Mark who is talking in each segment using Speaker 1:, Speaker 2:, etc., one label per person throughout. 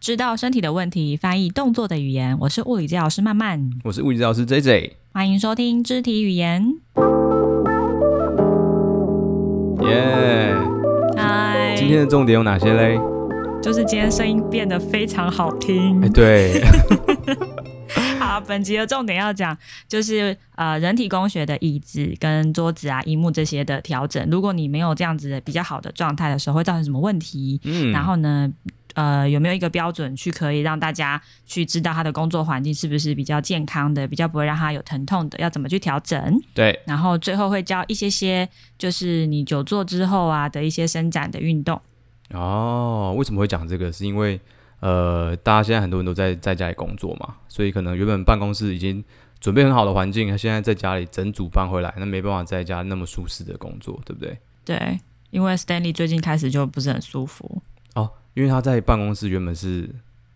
Speaker 1: 知道身体的问题，翻译动作的语言。我是物理治疗师曼曼，
Speaker 2: 我是物理治疗师 J J，
Speaker 1: 欢迎收听肢体语言。
Speaker 2: 耶！
Speaker 1: 嗨，
Speaker 2: 今天的重点有哪些嘞？
Speaker 1: 就是今天声音变得非常好听
Speaker 2: 哎、。对，
Speaker 1: 好，本集的重点要讲就是呃，人体工学的椅子跟桌子啊、荧幕这些的调整。如果你没有这样子的比较好的状态的时候，会造成什么问题？
Speaker 2: 嗯，
Speaker 1: 然后呢，呃，有没有一个标准去可以让大家去知道他的工作环境是不是比较健康的，比较不会让他有疼痛的，要怎么去调整？
Speaker 2: 对，
Speaker 1: 然后最后会教一些些，就是你久坐之后啊的一些伸展的运动。
Speaker 2: 哦，为什么会讲这个？是因为呃，大家现在很多人都在在家里工作嘛，所以可能原本办公室已经准备很好的环境，现在在家里整组搬回来，那没办法在家那么舒适的工作，对不对？
Speaker 1: 对，因为 Stanley 最近开始就不是很舒服。
Speaker 2: 哦，因为他在办公室原本是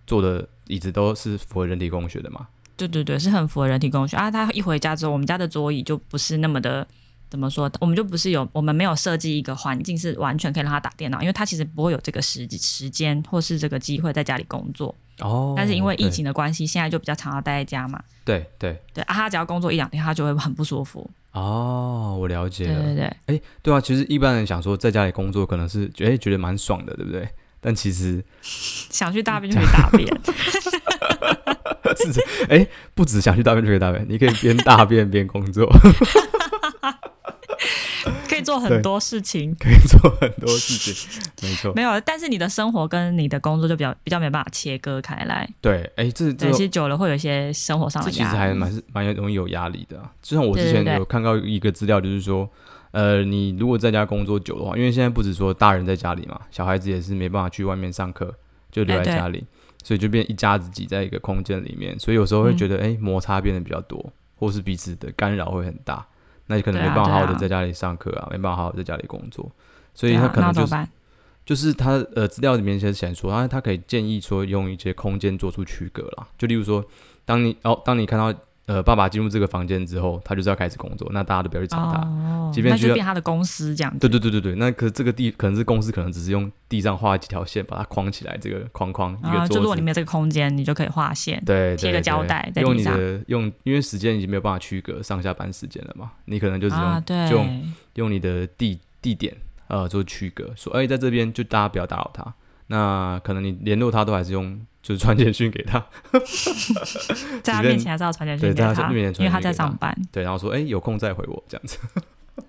Speaker 2: 坐的椅子都是符合人体工学的嘛，
Speaker 1: 对对对，是很符合人体工学啊。他一回家之后，我们家的桌椅就不是那么的。怎么说？我们就不是有，我们没有设计一个环境是完全可以让他打电脑，因为他其实不会有这个时时间或是这个机会在家里工作。
Speaker 2: 哦，
Speaker 1: 但是因为疫情的关系，现在就比较常要待在家嘛。
Speaker 2: 对，对对，
Speaker 1: 对啊，他只要工作一两天，他就会很不舒服。
Speaker 2: 哦，我了解
Speaker 1: 对
Speaker 2: 了，
Speaker 1: 对对，
Speaker 2: 对啊，其实一般人想说在家里工作，可能是觉得、哎诶觉得蛮爽的，对不对？但其实
Speaker 1: 想去大便就去大便。
Speaker 2: 是这，哎、不止想去大便就可以大便，你可以边大便边工作，
Speaker 1: 可以做很多事情，
Speaker 2: 可以做很多事情。没错，
Speaker 1: 没有，但是你的生活跟你的工作就比较比较没办法切割开来。
Speaker 2: 对，哎、这这
Speaker 1: 对，其实久了会有一些生活上
Speaker 2: 这
Speaker 1: 的
Speaker 2: 其实
Speaker 1: 压力。
Speaker 2: 还蛮是蛮容易有压力的啊、就像我
Speaker 1: 对
Speaker 2: 之
Speaker 1: 对
Speaker 2: 前
Speaker 1: 对
Speaker 2: 有看到一个资料，就是说，呃，你如果在家工作久的话，因为现在不止说大人在家里嘛，小孩子也是没办法去外面上课，就留
Speaker 1: 哎
Speaker 2: 在
Speaker 1: 对
Speaker 2: 家里，所以就变一家子挤在一个空间里面，所以有时候会觉得，哎、摩擦变得比较多，或是彼此的干扰会很大，那你可能没
Speaker 1: 嗯对啊
Speaker 2: 办法好好
Speaker 1: 对
Speaker 2: 的
Speaker 1: 啊
Speaker 2: 在家里上课啊，没办法好好地在家里工作，所
Speaker 1: 对
Speaker 2: 以
Speaker 1: 啊
Speaker 2: 他可能
Speaker 1: 那怎
Speaker 2: 就
Speaker 1: 么
Speaker 2: 是、
Speaker 1: 办？
Speaker 2: 就是他呃资料里面先显说，他他可以建议说用一些空间做出区隔啦，就例如说，当你哦当你看到呃爸爸进入这个房间之后，他就是要开始工作，那大家都不要去吵他。
Speaker 1: 哦，
Speaker 2: 即便
Speaker 1: 那
Speaker 2: 需
Speaker 1: 就
Speaker 2: 要
Speaker 1: 变他的公司这样子。
Speaker 2: 对对对对对，那可这个地可能是公司可能只是用地上画几条线把它框起来，这个框框一
Speaker 1: 啊，
Speaker 2: 个
Speaker 1: 就
Speaker 2: 桌
Speaker 1: 如果
Speaker 2: 子，
Speaker 1: 你没有这个空间，你就可以划线。
Speaker 2: 对对
Speaker 1: 贴个
Speaker 2: 对
Speaker 1: 胶带在地
Speaker 2: 用你
Speaker 1: 上
Speaker 2: 的用因为时间已经没有办法区隔上下班时间了嘛，你可能就只用、
Speaker 1: 啊，对，
Speaker 2: 就用你的地地点呃做区隔，说哎、在这边就大家不要打扰他。那可能你联络他都还是用就是传简讯给他，
Speaker 1: 在他
Speaker 2: 即便
Speaker 1: 面前还是要传简讯
Speaker 2: 对
Speaker 1: 给
Speaker 2: 在他
Speaker 1: 他，
Speaker 2: 面前
Speaker 1: 因
Speaker 2: 传简讯
Speaker 1: 为他在
Speaker 2: 给他
Speaker 1: 上班。
Speaker 2: 对，然后说哎、有空再回我这样子。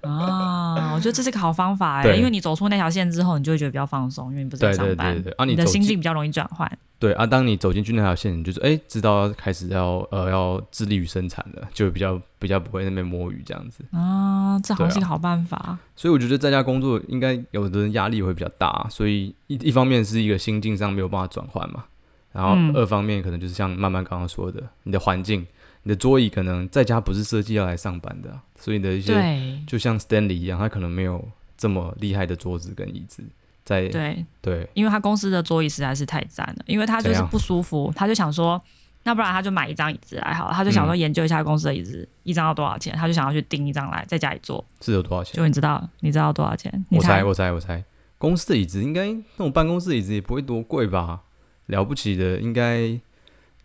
Speaker 1: 啊，我觉得这是个好方法哎，
Speaker 2: 对
Speaker 1: 因为你走出那条线之后，你就会觉得比较放松，因为你不 是在
Speaker 2: 对
Speaker 1: 上
Speaker 2: 对
Speaker 1: 班，
Speaker 2: 对对，啊
Speaker 1: 你
Speaker 2: 你
Speaker 1: 的
Speaker 2: 走
Speaker 1: 心
Speaker 2: 进
Speaker 1: 境比较容易转换。
Speaker 2: 对啊，当你走进去那条线，你就是哎、知道要开始要呃要致力于生产了，就比较比较不会在那边摸鱼这样子。
Speaker 1: 啊，这好像
Speaker 2: 对啊
Speaker 1: 是个好办法。
Speaker 2: 所以我觉得在家工作应该有的人压力会比较大，所以一一方面是一个心境上没有办法转换嘛，然后
Speaker 1: 嗯
Speaker 2: 二方面可能就是像慢慢刚刚说的，你的环境，你的桌椅可能在家不是设计要来上班的啊、所以你的一些
Speaker 1: 对
Speaker 2: 就像 Stanley 一样，他可能没有这么厉害的桌子跟椅子在
Speaker 1: 对，
Speaker 2: 对
Speaker 1: 因为他公司的桌椅实在是太赞了，因为他就是
Speaker 2: 怎样
Speaker 1: 不舒服，他就想说，那不然他就买一张椅子来好了，他就想说
Speaker 2: 嗯
Speaker 1: 研究一下公司的椅子、一张要多少钱，他就想要去订一张来在家里坐。
Speaker 2: 是有多少钱？
Speaker 1: 就你知道，你知道多少钱？你
Speaker 2: 我猜我猜我猜，公司的椅子应该那种办公室的椅子也不会多贵吧？了不起的应该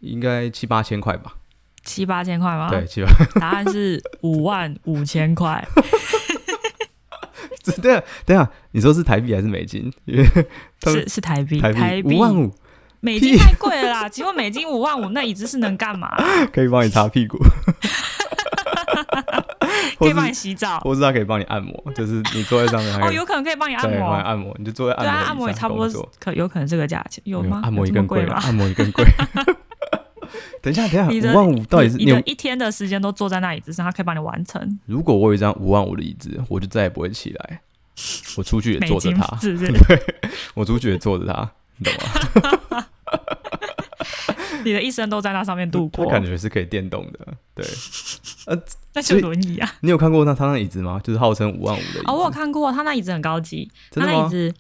Speaker 2: 应该七八千块吧？
Speaker 1: 七八千块吗？
Speaker 2: 对，，七八
Speaker 1: 答案是五万五千块。
Speaker 2: 这等一下等一下，啊你说是台币还是美金？因为 他们
Speaker 1: 是是台币，
Speaker 2: 台币五万五，
Speaker 1: 美金太贵了啦！请问美金五万五，那椅子是能干 嘛？
Speaker 2: 可以帮你擦屁 股，
Speaker 1: 可
Speaker 2: 或
Speaker 1: 以帮你
Speaker 2: 是
Speaker 1: 洗澡
Speaker 2: 或是它可以帮你按摩，就是你坐在上面还
Speaker 1: 哦，
Speaker 2: 可以
Speaker 1: 有可能可以帮你按
Speaker 2: 对帮你
Speaker 1: 摩。
Speaker 2: 按摩，你就坐在
Speaker 1: 对啊，按
Speaker 2: 按
Speaker 1: 摩
Speaker 2: 摩
Speaker 1: 也
Speaker 2: 椅
Speaker 1: 差
Speaker 2: 上
Speaker 1: 不多
Speaker 2: 工
Speaker 1: 是
Speaker 2: 作。，
Speaker 1: 可有可能这个价钱有
Speaker 2: 没
Speaker 1: 吗？
Speaker 2: 按摩椅
Speaker 1: 有这么
Speaker 2: 更贵
Speaker 1: 吗
Speaker 2: 了，？按摩椅更贵。 等一下，等
Speaker 1: 你
Speaker 2: 一
Speaker 1: 的
Speaker 2: 下，五万五到底是
Speaker 1: 你
Speaker 2: 你
Speaker 1: 你的
Speaker 2: 有？
Speaker 1: 一天的时间都坐在那椅子上，他可以帮你完成
Speaker 2: 如果我有一张五万五的椅子，我就再也不会起来，我出去也
Speaker 1: 美
Speaker 2: 坐着
Speaker 1: 金
Speaker 2: 它，
Speaker 1: 是不 是？
Speaker 2: 我出去也坐着它，你懂吗？
Speaker 1: 你的一生都在那上面度
Speaker 2: 它
Speaker 1: 过，
Speaker 2: 感觉是可以电动的。对，
Speaker 1: 那就
Speaker 2: 所以
Speaker 1: 轮椅啊！
Speaker 2: 你有看过那他那椅子吗？就是号称五万五的椅子。
Speaker 1: 哦，我有看过，他那椅子很高级，他
Speaker 2: 真的
Speaker 1: 那椅
Speaker 2: 吗？
Speaker 1: 子。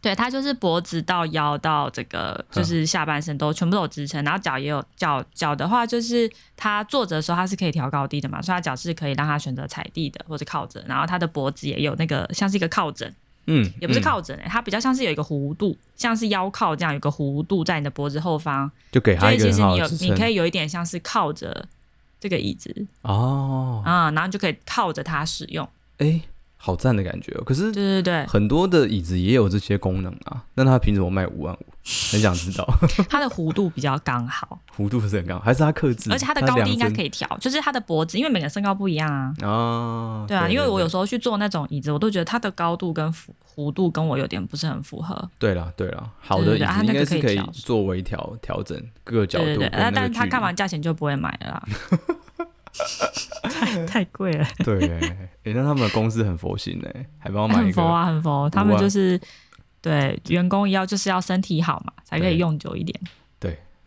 Speaker 1: 对，它就是脖子到腰到这个，就是下半身都全部都有支撑，然后脚也有脚脚的话，就是他坐着的时候它是可以调高低的嘛，所以他脚是可以让他选择踩地的或者靠着，然后他的脖子也有那个像是一个靠枕，
Speaker 2: 嗯，
Speaker 1: 也不是
Speaker 2: 嗯
Speaker 1: 靠枕、欸，它比较像是有一个弧度，像是腰靠这样有一个弧度在你的脖子后方，
Speaker 2: 就给
Speaker 1: 所
Speaker 2: 他
Speaker 1: 以
Speaker 2: 一个
Speaker 1: 其
Speaker 2: 很
Speaker 1: 实
Speaker 2: 好
Speaker 1: 你有
Speaker 2: 的支
Speaker 1: 你可
Speaker 2: 撑
Speaker 1: 以有一点像是靠着这个椅子
Speaker 2: 哦，
Speaker 1: 啊、然后你就可以靠着它使用。
Speaker 2: 哎，好赞的感觉哦。可是
Speaker 1: 对对对，
Speaker 2: 很多的椅子也有这些功能啊，那他凭什么卖五万五？很想知道，
Speaker 1: 它的弧度比较刚好，
Speaker 2: 弧度是很高，还 是他克制？
Speaker 1: 而且它的高低应该可
Speaker 2: 以
Speaker 1: 以调，就是它的脖子，因为每个人身高不一样啊。
Speaker 2: 啊。
Speaker 1: 对啊，因为我有时候去坐那种椅子，我都觉得它的高度跟幅弧度跟我有点不是很符合。
Speaker 2: 对啦对啦，好的
Speaker 1: 对
Speaker 2: 椅
Speaker 1: 对啊
Speaker 2: 子应
Speaker 1: 那
Speaker 2: 该
Speaker 1: 个
Speaker 2: 是
Speaker 1: 可以
Speaker 2: 以
Speaker 1: 调
Speaker 2: 做微调调整各个角度
Speaker 1: 对对对，
Speaker 2: 跟
Speaker 1: 那
Speaker 2: 那个
Speaker 1: 但是它
Speaker 2: 距
Speaker 1: 看
Speaker 2: 离
Speaker 1: 完价钱就不会买了啦，太太贵了，
Speaker 2: 对，哎、那他们的公司很佛心哎、还帮我买一
Speaker 1: 很
Speaker 2: 个
Speaker 1: 佛啊，很佛。他
Speaker 2: 五
Speaker 1: 们
Speaker 2: 万
Speaker 1: 就是对员工要就是要身体好嘛，才可
Speaker 2: 对
Speaker 1: 以用久一点。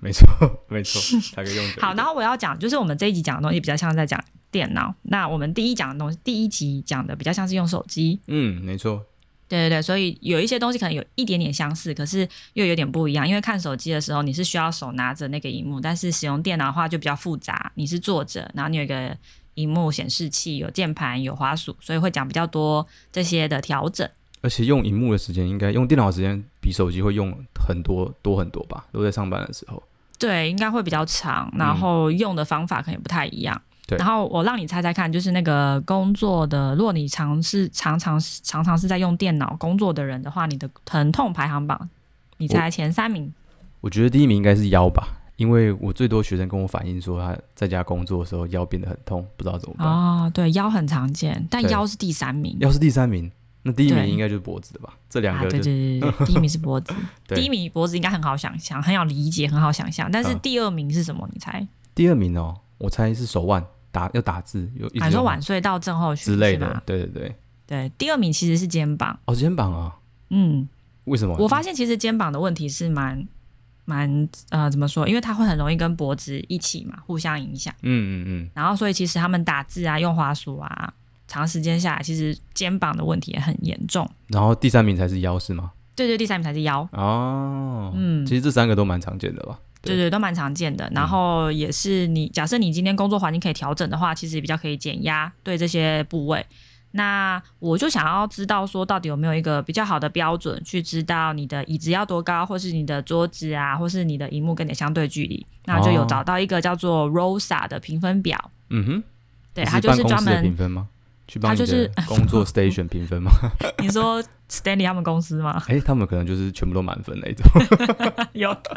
Speaker 2: 没错，没错， 才可以用久一点。
Speaker 1: 好，然后我要讲，就是我们这一集讲的东西比较像在讲电脑，那我们第一讲的东西，第一集讲的比较像是用手机，
Speaker 2: 嗯，没错，
Speaker 1: 对对对，所以有一些东西可能有一点点相似，可是又有点不一样。因为看手机的时候，你是需要手拿着那个荧幕，但是使用电脑的话就比较复杂。你是坐着，然后你有一个荧幕显示器，有键盘，有滑鼠，所以会讲比较多这些的调整。
Speaker 2: 而且用荧幕的时间应该用电脑的时间比手机会用很多多很多吧？都在上班的时候，
Speaker 1: 对，应该会比较长，然后用的方法可能也不太一样。
Speaker 2: 嗯对
Speaker 1: 然后我让你猜猜看，就是那个工作的，如果你尝试常常常常是在用电脑工作的人的话，你的疼痛排行榜，你猜前三名。
Speaker 2: 我觉得第一名应该是腰吧，因为我最多学生跟我反映说他在家工作的时候腰变得很痛，不知道怎么办。
Speaker 1: 哦，对，腰很常见，但
Speaker 2: 对
Speaker 1: 腰是第三名。
Speaker 2: 要是第三名，那第一名
Speaker 1: 对
Speaker 2: 应该就是脖子的吧？这两
Speaker 1: 啊，
Speaker 2: 个
Speaker 1: 对
Speaker 2: 就
Speaker 1: 对对 对，第一名是脖子，
Speaker 2: 对
Speaker 1: 第一名脖子应该很好想象，很好理解，很好想象。但是
Speaker 2: 嗯
Speaker 1: 第二名是什么？你猜？
Speaker 2: 第二名哦，我猜是手腕打要打字，有一
Speaker 1: 啊，
Speaker 2: 直
Speaker 1: 你说
Speaker 2: 用
Speaker 1: 晚睡到症候群
Speaker 2: 之类
Speaker 1: 是
Speaker 2: 的
Speaker 1: 吧，
Speaker 2: 对对对。
Speaker 1: 对，第二名其实是肩膀。
Speaker 2: 哦，肩膀啊，
Speaker 1: 嗯，
Speaker 2: 为什么？
Speaker 1: 我发现其实肩膀的问题是蛮蛮呃怎么说？因为它会很容易跟脖子一起嘛，互相影响。
Speaker 2: 嗯嗯嗯，
Speaker 1: 然后所以其实他们打字啊，用滑鼠啊，长时间下来，其实肩膀的问题也很严重。
Speaker 2: 然后第三名才是腰是吗？
Speaker 1: 对对，第三名才是腰。
Speaker 2: 哦，
Speaker 1: 嗯，
Speaker 2: 其实这三个都蛮常见的吧？
Speaker 1: 对对，都蛮常见的。
Speaker 2: 嗯
Speaker 1: 然后也是你，假设你今天工作环境可以调整的话，其实比较可以减压对这些部位。那我就想要知道说，到底有没有一个比较好的标准去知道你的椅子要多高，或是你的桌子啊，或是你的荧幕跟你的相对距离？那就有
Speaker 2: 哦
Speaker 1: 找到一个叫做 ROSA 的评分表，
Speaker 2: 嗯哼，
Speaker 1: 对，
Speaker 2: 你
Speaker 1: 它
Speaker 2: 是
Speaker 1: 就是
Speaker 2: 办公
Speaker 1: 专
Speaker 2: 室的
Speaker 1: 门
Speaker 2: 评分吗？去帮
Speaker 1: 它
Speaker 2: 你
Speaker 1: 就是
Speaker 2: 的 工作 station 评分吗？
Speaker 1: 你说 Stanley 他们公司吗？
Speaker 2: 哎，他们可能就是全部都满分那一种，
Speaker 1: 有可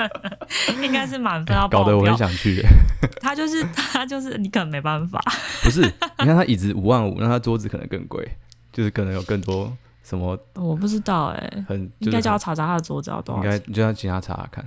Speaker 1: 能应该是满分要
Speaker 2: 搞
Speaker 1: 爆
Speaker 2: 得我很
Speaker 1: 表。
Speaker 2: 想去。
Speaker 1: 它就是它就是你可能没办 法，
Speaker 2: 不是，你看他椅子五万五，那他桌子可能更贵，就是可能有更多什么
Speaker 1: 我不知道哎、
Speaker 2: 很，
Speaker 1: 应该
Speaker 2: 欸就是
Speaker 1: 就要查查他的桌子要多
Speaker 2: 应
Speaker 1: 少
Speaker 2: 该
Speaker 1: 钱，
Speaker 2: 你就要请他查查看。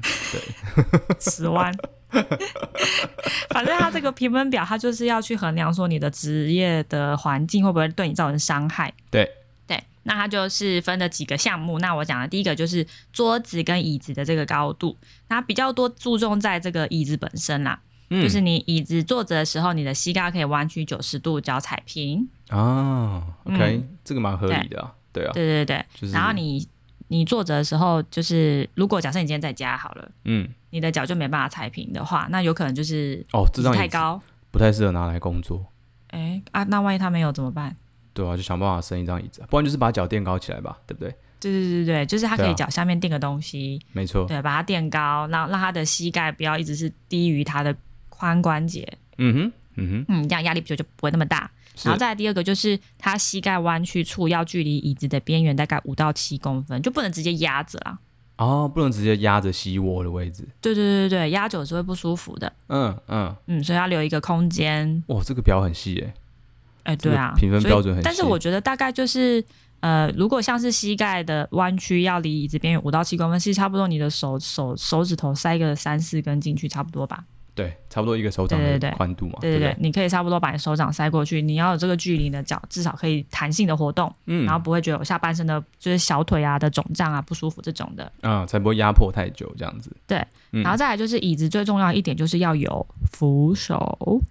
Speaker 1: 十万。 反正他这个评分表，他就是要去衡量说你的职业的环境会不会对你造成伤害。
Speaker 2: 对
Speaker 1: 对，那他就是分了几个项目。那我讲的第一个就是桌子跟椅子的这个高度，那比较多注重在这个椅子本身啦，
Speaker 2: 嗯，
Speaker 1: 就是你椅子坐着的时候，你的膝盖可以弯曲九十度，脚踩平。
Speaker 2: 啊，OK，、这个蛮合
Speaker 1: 对
Speaker 2: 理的、啊，对啊，
Speaker 1: 嗯对对对，
Speaker 2: 就是
Speaker 1: 然后你你坐着的时候，就是如果假设你今天在家好了。
Speaker 2: 嗯，
Speaker 1: 你的脚就没办法踩平的话，那有可能就是
Speaker 2: 哦，这张
Speaker 1: 太
Speaker 2: 椅子
Speaker 1: 高。
Speaker 2: 不太适合拿来工作，
Speaker 1: 哎、啊，那万一他没有怎么办？
Speaker 2: 对啊，就想办法升一张椅子，啊不然就是把脚垫高起来吧，对不对？
Speaker 1: 对对对对，就是他可
Speaker 2: 对啊哦
Speaker 1: 以脚下面垫个东西，
Speaker 2: 没错，
Speaker 1: 对，把它垫高，让让他的膝盖不要一直是低于他的髋关节，
Speaker 2: 嗯哼，嗯哼，
Speaker 1: 嗯，这样压力就就不会那么大。
Speaker 2: 是
Speaker 1: 然后再来第二个就是他膝盖弯曲处要距离椅子的边缘大概五到七公分，就不能直接压着啦。
Speaker 2: 哦，不能直接压着膝窝的位置，
Speaker 1: 对对对对，压久是会不舒服的，
Speaker 2: 嗯嗯，
Speaker 1: 嗯，所以要留一个空间。
Speaker 2: 哇，这个表很细诶，
Speaker 1: 哎、对啊，
Speaker 2: 这个评分
Speaker 1: 所以
Speaker 2: 标准很
Speaker 1: 但是
Speaker 2: 细
Speaker 1: 我觉得大概就是，呃，如果像是膝盖的弯曲要离椅子边缘五到七公分，其实差不多你的手手手指头塞个三四根进去，差不多吧。
Speaker 2: 对，差不多一个手掌
Speaker 1: 对对
Speaker 2: 的
Speaker 1: 对
Speaker 2: 宽度嘛，
Speaker 1: 对
Speaker 2: 哦不
Speaker 1: 对，你可以差不多把你手掌塞过去，你要有这个距离，你的脚至少可以弹性的活动，
Speaker 2: 嗯，
Speaker 1: 然后不会觉得我下半身的就是小腿啊的肿胀啊不舒服这种的。
Speaker 2: 啊、才不会压迫太久这样子，嗯
Speaker 1: 然后再来就是椅子最重要一点就是要有扶手，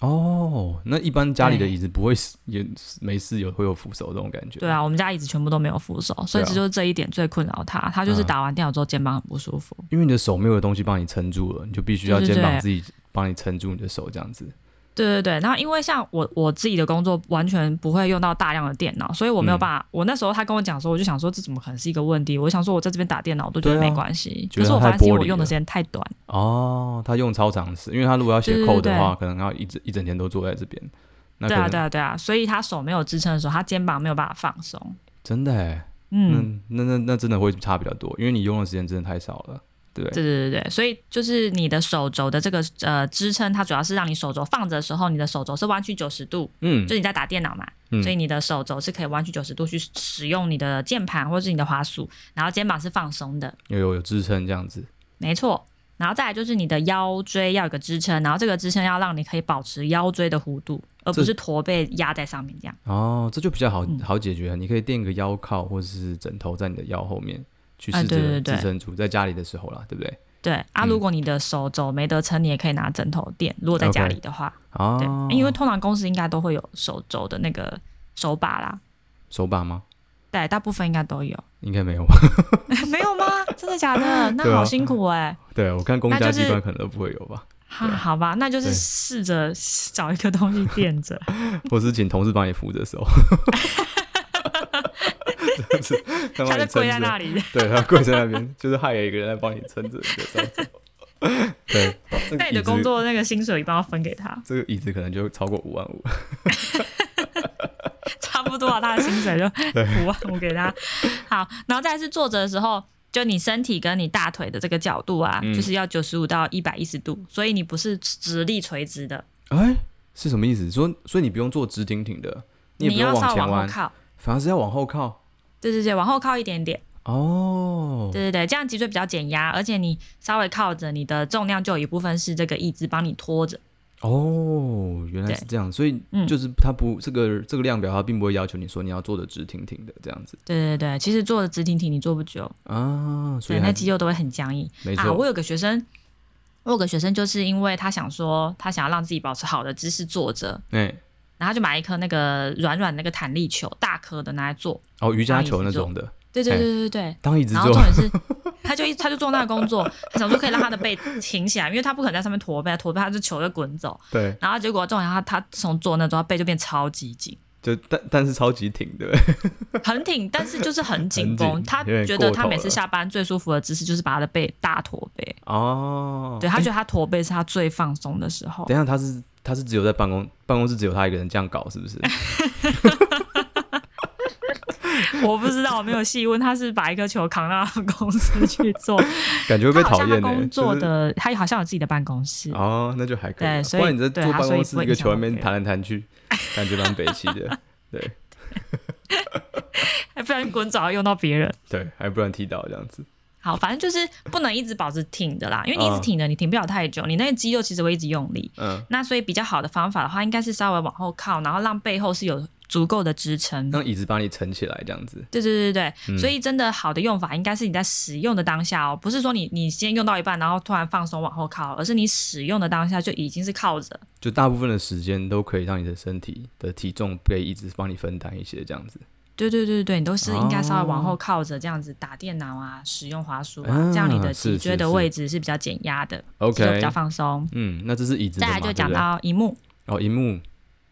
Speaker 2: 哦，那一般家里的
Speaker 1: 对
Speaker 2: 椅子不会是也没事有会有扶手这种感觉，
Speaker 1: 对，啊，我们家椅子全部都没有扶手，所以
Speaker 2: 对啊
Speaker 1: 这就是这一点最困扰他，他就是
Speaker 2: 嗯
Speaker 1: 打完电脑之后肩膀很不舒服。
Speaker 2: 因为你的手没有东西帮你撑住了，你就必须要
Speaker 1: 对对
Speaker 2: 肩膀
Speaker 1: 对
Speaker 2: 自己帮你撑住你的手这样子，
Speaker 1: 对对对，然后因为像我我自己的工作完全不会用到大量的电脑，所以我
Speaker 2: 嗯
Speaker 1: 没有办法。我那时候他跟我讲说，我就想说这怎么可能是一个问题？我想说我在这边打电脑，我都觉得
Speaker 2: 对啊
Speaker 1: 没关系。
Speaker 2: 觉
Speaker 1: 可
Speaker 2: 得
Speaker 1: 是我
Speaker 2: 太
Speaker 1: 发现
Speaker 2: 玻璃
Speaker 1: 我用
Speaker 2: 了
Speaker 1: 的时间太短，
Speaker 2: 哦，他用超长时，因为他如果要写
Speaker 1: 对对
Speaker 2: code 的
Speaker 1: 对
Speaker 2: 话，可能要一整一整天都坐在这边。那
Speaker 1: 对
Speaker 2: 可
Speaker 1: 啊
Speaker 2: 能
Speaker 1: 对啊对啊，所以他手没有支撑的时候，他肩膀没有办法放松。
Speaker 2: 真的哎，
Speaker 1: 嗯，
Speaker 2: 嗯，那那那真的会差比较多，因为你用的时间真的太少了，对不对？
Speaker 1: 对对对对，所以就是你的手肘的这个呃支撑，它主要是让你手肘放着的时候，你的手肘是弯曲九十度，
Speaker 2: 嗯
Speaker 1: 就你在打电脑嘛，
Speaker 2: 嗯
Speaker 1: 所以你的手肘是可以弯曲九十度去使用你的键盘或是你的滑鼠，然后肩膀是放松的，
Speaker 2: 有嗯有有支撑这样子，
Speaker 1: 没错。然后再来就是你的腰椎要有个支撑，然后这个支撑要让你可以保持腰椎的弧度，而不
Speaker 2: 这
Speaker 1: 是驼背压在上面这样。
Speaker 2: 哦，这就比较好
Speaker 1: 嗯
Speaker 2: 好解决。你可以垫个腰靠或者是枕头在你的腰后面去
Speaker 1: 啊
Speaker 2: 试
Speaker 1: 对
Speaker 2: 着
Speaker 1: 对对
Speaker 2: 支撑住，在家里的时候啦，对不对？
Speaker 1: 对啊，
Speaker 2: 嗯
Speaker 1: 如果你的手肘没得撑，你也可以拿枕头垫。如果在家
Speaker 2: OK
Speaker 1: 里的话对
Speaker 2: 啊，，
Speaker 1: 因为通常公司应该都会有手肘的那个手把啦，
Speaker 2: 手把吗？
Speaker 1: 对，大部分应该都有。
Speaker 2: 应该没有吧？
Speaker 1: 没有吗？真的假的？那
Speaker 2: 对啊
Speaker 1: 好辛苦哎、
Speaker 2: 对啊我看公
Speaker 1: 那
Speaker 2: 家
Speaker 1: 就
Speaker 2: 机
Speaker 1: 是
Speaker 2: 关可能都不会有吧，
Speaker 1: 哈，好吧，那就是
Speaker 2: 对
Speaker 1: 试着找一个东西垫着。
Speaker 2: 或是请同事帮你扶着手，
Speaker 1: 他
Speaker 2: 就是他 帮
Speaker 1: 就
Speaker 2: 你
Speaker 1: 跪在
Speaker 2: 撑
Speaker 1: 那
Speaker 2: 着，
Speaker 1: 里，
Speaker 2: 对他跪在那边，就是害有一个人在帮你撑着你的手 肘。对，
Speaker 1: 那
Speaker 2: 这个
Speaker 1: 你的
Speaker 2: 椅子
Speaker 1: 工作那个薪水一半要分给他，
Speaker 2: 这个椅子可能就超过五万五。
Speaker 1: 差不多啊，他的薪 水就五万五给他。好，然后再来是坐着的时候，就你身体跟你大腿的这个角度啊，
Speaker 2: 嗯
Speaker 1: 就是要九十五到一百一十度，所以你不是直立垂直的，
Speaker 2: 哎，是什么意思？说，所以你不用坐直挺挺的，你也不
Speaker 1: 你要
Speaker 2: 用
Speaker 1: 稍
Speaker 2: 往
Speaker 1: 微
Speaker 2: 前
Speaker 1: 往
Speaker 2: 弯
Speaker 1: 后，靠。
Speaker 2: 反而是要往后靠。
Speaker 1: 对对对，往后靠一点点，
Speaker 2: 哦，
Speaker 1: 对对对，这样脊椎比较减压，而且你稍微靠着，你的重量就有一部分是这个椅子帮你拖着。
Speaker 2: 哦，原来
Speaker 1: 对
Speaker 2: 是这样，所以
Speaker 1: 嗯
Speaker 2: 就是它不、这个这个量表，它并不会要求你说你要坐的直挺挺的这样子
Speaker 1: 对对对，其实坐着直挺挺，你坐不久，
Speaker 2: 啊，所
Speaker 1: 对，
Speaker 2: 以
Speaker 1: 那
Speaker 2: 还
Speaker 1: 肌肉都会很僵硬
Speaker 2: 没
Speaker 1: 啊。我
Speaker 2: 错，
Speaker 1: 有个学生，我有个学生就是因为他想说，他想要让自己保持好的姿势坐着，
Speaker 2: 哎、
Speaker 1: 然后他就买一颗那个软软那个弹力球，大颗的拿来做。
Speaker 2: 哦，瑜伽
Speaker 1: 当椅
Speaker 2: 球
Speaker 1: 子
Speaker 2: 那
Speaker 1: 坐
Speaker 2: 种的，
Speaker 1: 对对
Speaker 2: 嘿
Speaker 1: 对对对对。
Speaker 2: 当椅子
Speaker 1: 然后
Speaker 2: 坐
Speaker 1: 重，点是， 他就一他就做那个工作，他想说可以让他的背挺起来，因为他不可能在上面驼背，驼背他就球就滚走。
Speaker 2: 对，
Speaker 1: 然后结果重点他他从做那之后，他背就变超级紧，
Speaker 2: 就但但是超级挺的，
Speaker 1: 很挺，但是就是很紧
Speaker 2: 很
Speaker 1: 绷。
Speaker 2: 紧
Speaker 1: 他
Speaker 2: 有点
Speaker 1: 觉
Speaker 2: 过
Speaker 1: 得他
Speaker 2: 头
Speaker 1: 每
Speaker 2: 了
Speaker 1: 次下班最舒服的姿势就是把他的背大驼背，
Speaker 2: 哦，
Speaker 1: 对他觉得他驼背是他最放松的时候。
Speaker 2: 等一下他是他是只有在办公办公室只有他一个人这样搞，是 不是？
Speaker 1: 我不知道，我没有细问，他是把一颗球扛到公司去做，
Speaker 2: 感 觉会被
Speaker 1: 他好
Speaker 2: 讨
Speaker 1: 像他
Speaker 2: 厌呢、
Speaker 1: 工作
Speaker 2: 就是
Speaker 1: 的，他好像有自己的办公室。
Speaker 2: 哦，那就还可以
Speaker 1: 对
Speaker 2: 啊。
Speaker 1: 所
Speaker 2: 不
Speaker 1: 以
Speaker 2: 然你在
Speaker 1: 对
Speaker 2: 坐
Speaker 1: 他
Speaker 2: 办
Speaker 1: 所以
Speaker 2: 公室
Speaker 1: 不
Speaker 2: 一
Speaker 1: 影
Speaker 2: 个
Speaker 1: 响
Speaker 2: 球
Speaker 1: 我
Speaker 2: 在那边
Speaker 1: 可以
Speaker 2: 弹来弹去，感觉蛮北气的。
Speaker 1: 哎不然滚早要用到别人。
Speaker 2: 对，还不然踢到这样子。
Speaker 1: 好，反正就是不能一直保持挺着啦，因为你一
Speaker 2: 嗯
Speaker 1: 直挺着，你挺不了太久，你那个肌肉其实会一直用力。
Speaker 2: 嗯，
Speaker 1: 那所以比较好的方法的话，应该是稍微往后靠，然后让背后是有足够的支撑。
Speaker 2: 让椅子把你撑起来这样子。
Speaker 1: 对对对对，
Speaker 2: 嗯
Speaker 1: 对所以真的好的用法应该是你在使用的当下哦，不是说你你先用到一半，然后突然放松往后靠，而是你使用的当下就已经是靠着。
Speaker 2: 就大部分的时间都可以让你的身体的体重被椅子帮你分担一些这样子。
Speaker 1: 对对对对，你都是应该稍微往
Speaker 2: 哦
Speaker 1: 后靠着，这样子打电脑啊，使用滑鼠啊，
Speaker 2: 啊
Speaker 1: 这样你的
Speaker 2: 是
Speaker 1: 脊
Speaker 2: 是
Speaker 1: 椎的
Speaker 2: 是
Speaker 1: 位置是比较减压的，肌肉比
Speaker 2: OK，
Speaker 1: 较放松。
Speaker 2: 嗯，那这是椅子的
Speaker 1: 再
Speaker 2: 嘛？
Speaker 1: 来就
Speaker 2: 对
Speaker 1: 讲
Speaker 2: 不对？
Speaker 1: 到荧幕，
Speaker 2: 哦，荧幕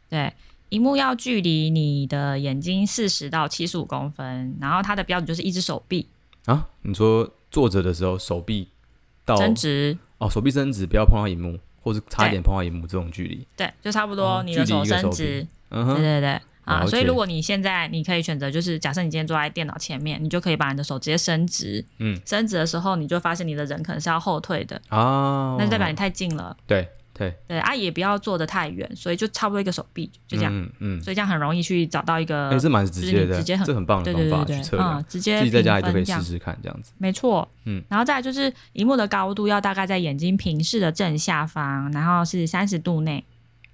Speaker 1: 对，荧幕要距离你的眼睛四十到七十五公分，然后它的标准就是一只手臂
Speaker 2: 啊，你说坐着的时候手臂到
Speaker 1: 伸直，
Speaker 2: 哦，手臂伸直，不要碰到荧幕，或是差一
Speaker 1: 对
Speaker 2: 点碰到荧幕这种距离。
Speaker 1: 对，就差不
Speaker 2: 哦
Speaker 1: 多你
Speaker 2: 距
Speaker 1: 的
Speaker 2: 离一
Speaker 1: 手
Speaker 2: 个
Speaker 1: 伸
Speaker 2: 手臂
Speaker 1: 直，
Speaker 2: 嗯
Speaker 1: 对
Speaker 2: 哼，
Speaker 1: 对对啊，
Speaker 2: 了
Speaker 1: 所以
Speaker 2: 解
Speaker 1: 如果你现在你可以选择，就是假设你今天坐在电脑前面，你就可以把你的手直接伸直，
Speaker 2: 嗯
Speaker 1: 伸直的时候，你就发现你的人可能是要后退的，
Speaker 2: 啊，
Speaker 1: 那就代表你太近了，
Speaker 2: 对对，
Speaker 1: 对啊，也不要坐得太远，所以就差不多一个手臂就这样，
Speaker 2: 嗯嗯，
Speaker 1: 所以这样很容易去找到一个
Speaker 2: 哎，，这蛮直
Speaker 1: 就是
Speaker 2: 接
Speaker 1: 你
Speaker 2: 的
Speaker 1: 直接，很
Speaker 2: 这很棒
Speaker 1: 对
Speaker 2: 的方
Speaker 1: 对
Speaker 2: 法
Speaker 1: 对
Speaker 2: 去测
Speaker 1: 对，
Speaker 2: 量
Speaker 1: 嗯，。直接
Speaker 2: 自己在家里
Speaker 1: 评
Speaker 2: 就可
Speaker 1: 分
Speaker 2: 以
Speaker 1: 这
Speaker 2: 试
Speaker 1: 样
Speaker 2: 试看，这样子。
Speaker 1: 没错，
Speaker 2: 嗯
Speaker 1: 嗯，然后再来就是荧幕的高度要大概在眼睛平视的正下方，然后是三十度内，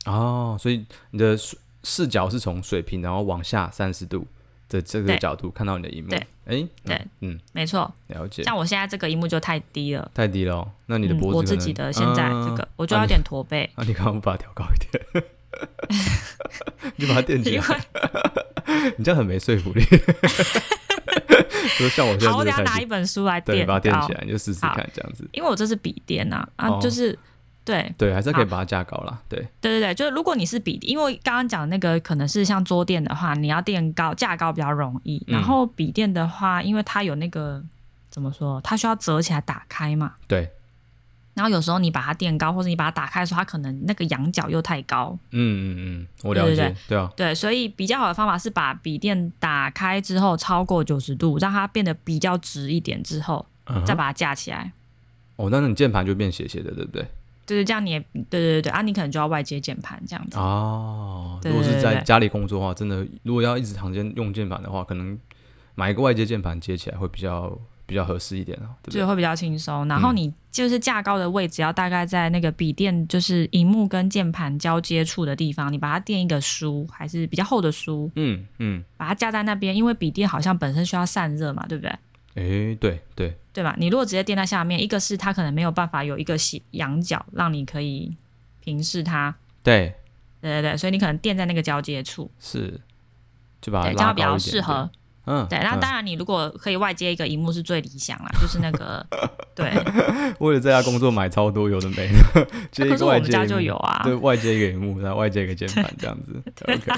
Speaker 2: 哦，所以你的视视角是从水平，然后往下三十度的这个
Speaker 1: 对
Speaker 2: 角度看到你的荧幕。
Speaker 1: 对
Speaker 2: 哎、
Speaker 1: 对
Speaker 2: 嗯，
Speaker 1: 没错。
Speaker 2: 嗯，了解。
Speaker 1: 像我现在这个荧幕就太低了，
Speaker 2: 太低了哦、那你的
Speaker 1: 嗯
Speaker 2: 脖子、啊
Speaker 1: 我自己的现在这个，我就要有
Speaker 2: 点。
Speaker 1: 点驼背，
Speaker 2: 啊那、你干嘛不把它调高一点？ 你把它垫起
Speaker 1: 因
Speaker 2: 来，
Speaker 1: 为
Speaker 2: 你这样很没 说服力。说像我现在
Speaker 1: 好，我
Speaker 2: 这个
Speaker 1: 等下
Speaker 2: 太
Speaker 1: 拿
Speaker 2: 低
Speaker 1: 一本书来
Speaker 2: 对，
Speaker 1: 垫
Speaker 2: 把它垫
Speaker 1: 高
Speaker 2: 起，来，你就试试
Speaker 1: 好
Speaker 2: 看这样子。
Speaker 1: 因为我这是笔垫啊，啊，
Speaker 2: 哦
Speaker 1: 就是对
Speaker 2: 对，还是可以把它架高啦。对，
Speaker 1: 对对对，就是如果你是比，因为刚刚讲的那个可能是像桌垫的话，你要垫高架高比较容易，
Speaker 2: 嗯
Speaker 1: 然后笔垫的话，因为它有那个怎么说，它需要折起来打开嘛。
Speaker 2: 对，
Speaker 1: 然后有时候你把它垫高，或者你把它打开的时候，它可能那个仰角又太高，
Speaker 2: 嗯嗯嗯，我了
Speaker 1: 对对
Speaker 2: 解，对啊，
Speaker 1: 对，所以比较好的方法是把笔垫打开之后超过九十度，让它变得比较直一点之后，
Speaker 2: 嗯
Speaker 1: 再
Speaker 2: 哼
Speaker 1: 把它架起来。
Speaker 2: 哦，那你键盘就变斜斜的，对不对？
Speaker 1: 就是这样，你也对对对对啊，你可能就要外接键盘这样子。
Speaker 2: 哦，
Speaker 1: 对
Speaker 2: 如果
Speaker 1: 对
Speaker 2: 是
Speaker 1: 对
Speaker 2: 在
Speaker 1: 对
Speaker 2: 家里工作的话，真的如果要一直常见用键盘的话，可能买一个外接键盘接起来会比较比较合适一点啊，对不
Speaker 1: 就
Speaker 2: 对？
Speaker 1: 会比较轻松。然后你就是架高的位置要大概在那个笔垫，就是荧幕跟键盘交接处的地方，你把它垫一个书，还是比较厚的书，
Speaker 2: 嗯嗯，
Speaker 1: 把它架在那边，因为笔垫好像本身需要散热嘛，对不对？
Speaker 2: 诶，对对，
Speaker 1: 对吧？你如果直接垫在下面，一个是它可能没有办法有一个斜仰角让你可以平视它，
Speaker 2: 对，
Speaker 1: 对对对，所以你可能垫在那个交接处，
Speaker 2: 是，就把它
Speaker 1: 对，这样
Speaker 2: 拉
Speaker 1: 比
Speaker 2: 高
Speaker 1: 较
Speaker 2: 一
Speaker 1: 适
Speaker 2: 点。
Speaker 1: 合。
Speaker 2: 嗯，
Speaker 1: 对，那
Speaker 2: 嗯
Speaker 1: 当然你如果可以外接一个荧幕是最理想啦，就是那 个对，
Speaker 2: 为了在家工作买超多有的没的， 接一
Speaker 1: 可是
Speaker 2: 个
Speaker 1: 我
Speaker 2: 外
Speaker 1: 们
Speaker 2: 接
Speaker 1: 家
Speaker 2: 荧
Speaker 1: 就
Speaker 2: 幕
Speaker 1: 有啊，
Speaker 2: 对，外接一个荧幕，然后外接一个键盘这样 子。OK，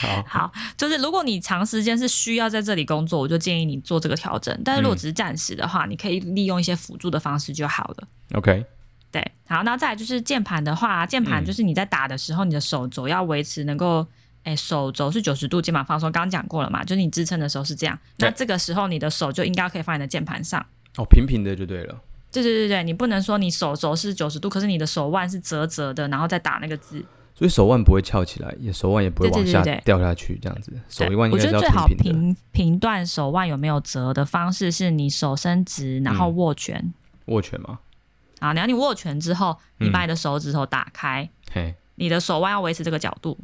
Speaker 2: 好，
Speaker 1: 好，就是如果你长时间是需要在这里工作，我就建议你做这个调整。但是如果
Speaker 2: 嗯
Speaker 1: 只是暂时的话，你可以利用一些辅助的方式就好了。
Speaker 2: OK，
Speaker 1: 对，好，那再来就是键盘的话，键
Speaker 2: 嗯
Speaker 1: 盘就是你在打的时候，你的手肘要维持能够，哎、手肘是九十度，肩膀放松，刚刚讲过了嘛，就是你支撑的时候是这样。那
Speaker 2: 对
Speaker 1: 这个时候你的手就应该可以放在你的键盘上。
Speaker 2: 哦，平平的就对了。
Speaker 1: 对对对对，你不能说你手肘是九十度，可是你的手腕是折折的，然后再打那个字。
Speaker 2: 所以手腕不会翘起来，也手腕也不会
Speaker 1: 对对
Speaker 2: 往
Speaker 1: 对
Speaker 2: 下
Speaker 1: 对
Speaker 2: 掉下去，这样子。手
Speaker 1: 对，
Speaker 2: 腕应
Speaker 1: 我
Speaker 2: 该
Speaker 1: 觉得
Speaker 2: 是要
Speaker 1: 最好
Speaker 2: 平平的。
Speaker 1: 评评断手腕有没有折的方式是你手伸直，然后
Speaker 2: 嗯
Speaker 1: 握拳。
Speaker 2: 握拳嘛，
Speaker 1: 啊，然后你握拳之后，你把
Speaker 2: 嗯
Speaker 1: 你的手指头打开，
Speaker 2: 嘿，
Speaker 1: 你的手腕要维持这个角度。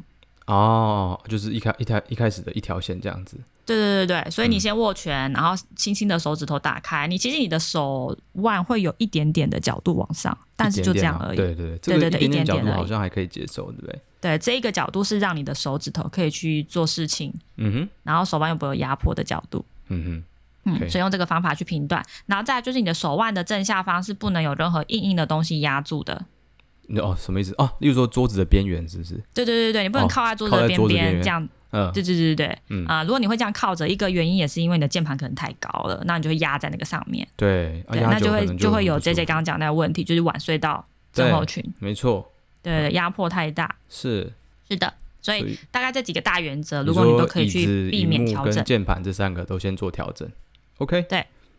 Speaker 2: 哦，就是一开一开一开始的一条线这样子。
Speaker 1: 对对对对，所以你
Speaker 2: 嗯
Speaker 1: 先握拳，然后轻轻的手指头打开，你其实你的手腕会有一点点的角度往上，但是
Speaker 2: 一
Speaker 1: 就
Speaker 2: 点
Speaker 1: 这
Speaker 2: 点
Speaker 1: 样
Speaker 2: 啊
Speaker 1: 而已。
Speaker 2: 对对对，这
Speaker 1: 对对
Speaker 2: 个
Speaker 1: 对一
Speaker 2: 点
Speaker 1: 点
Speaker 2: 角
Speaker 1: 点
Speaker 2: 度
Speaker 1: 而
Speaker 2: 好
Speaker 1: 已
Speaker 2: 像还可以接受，对不对？
Speaker 1: 对这一个角度是让你的手指头可以去做事情，
Speaker 2: 嗯哼，
Speaker 1: 然后手腕又不会有压迫的角度。
Speaker 2: 嗯
Speaker 1: 嗯
Speaker 2: OK
Speaker 1: 所以用这个方法去评断，然后再来就是你的手腕的正下方是不能有任何硬硬的东西压住的，
Speaker 2: 哼，哦，什么意思？哦，例如说桌子的边缘是不是？
Speaker 1: 对对对对，你不能
Speaker 2: 哦
Speaker 1: 靠在桌子
Speaker 2: 靠
Speaker 1: 的
Speaker 2: 在
Speaker 1: 边
Speaker 2: 桌子边
Speaker 1: 边
Speaker 2: 缘
Speaker 1: 这样，
Speaker 2: 嗯，
Speaker 1: 对对对对对，
Speaker 2: 嗯
Speaker 1: 啊、如果你会这样靠着，一个原因也是因为你的键盘可能太高了，那你就会压在那个上面，
Speaker 2: 对，啊
Speaker 1: 对，
Speaker 2: 压
Speaker 1: 那
Speaker 2: 久
Speaker 1: 就
Speaker 2: 可
Speaker 1: 会
Speaker 2: 能
Speaker 1: 就
Speaker 2: 就
Speaker 1: 会有
Speaker 2: 很不
Speaker 1: J
Speaker 2: 舒
Speaker 1: J
Speaker 2: 服
Speaker 1: 刚刚讲那个问题，就是晚睡到症候群，
Speaker 2: 没错，
Speaker 1: 对对，压迫太大，
Speaker 2: 是。
Speaker 1: 是的，所
Speaker 2: 所
Speaker 1: 以
Speaker 2: 以
Speaker 1: 大概这几个大原则，呃
Speaker 2: 你
Speaker 1: 如果你
Speaker 2: 说
Speaker 1: 都可以
Speaker 2: 椅
Speaker 1: 去
Speaker 2: 子、
Speaker 1: 避
Speaker 2: 荧
Speaker 1: 免
Speaker 2: 幕
Speaker 1: 调
Speaker 2: 跟
Speaker 1: 整，
Speaker 2: 键盘这三个都先做调整。OK，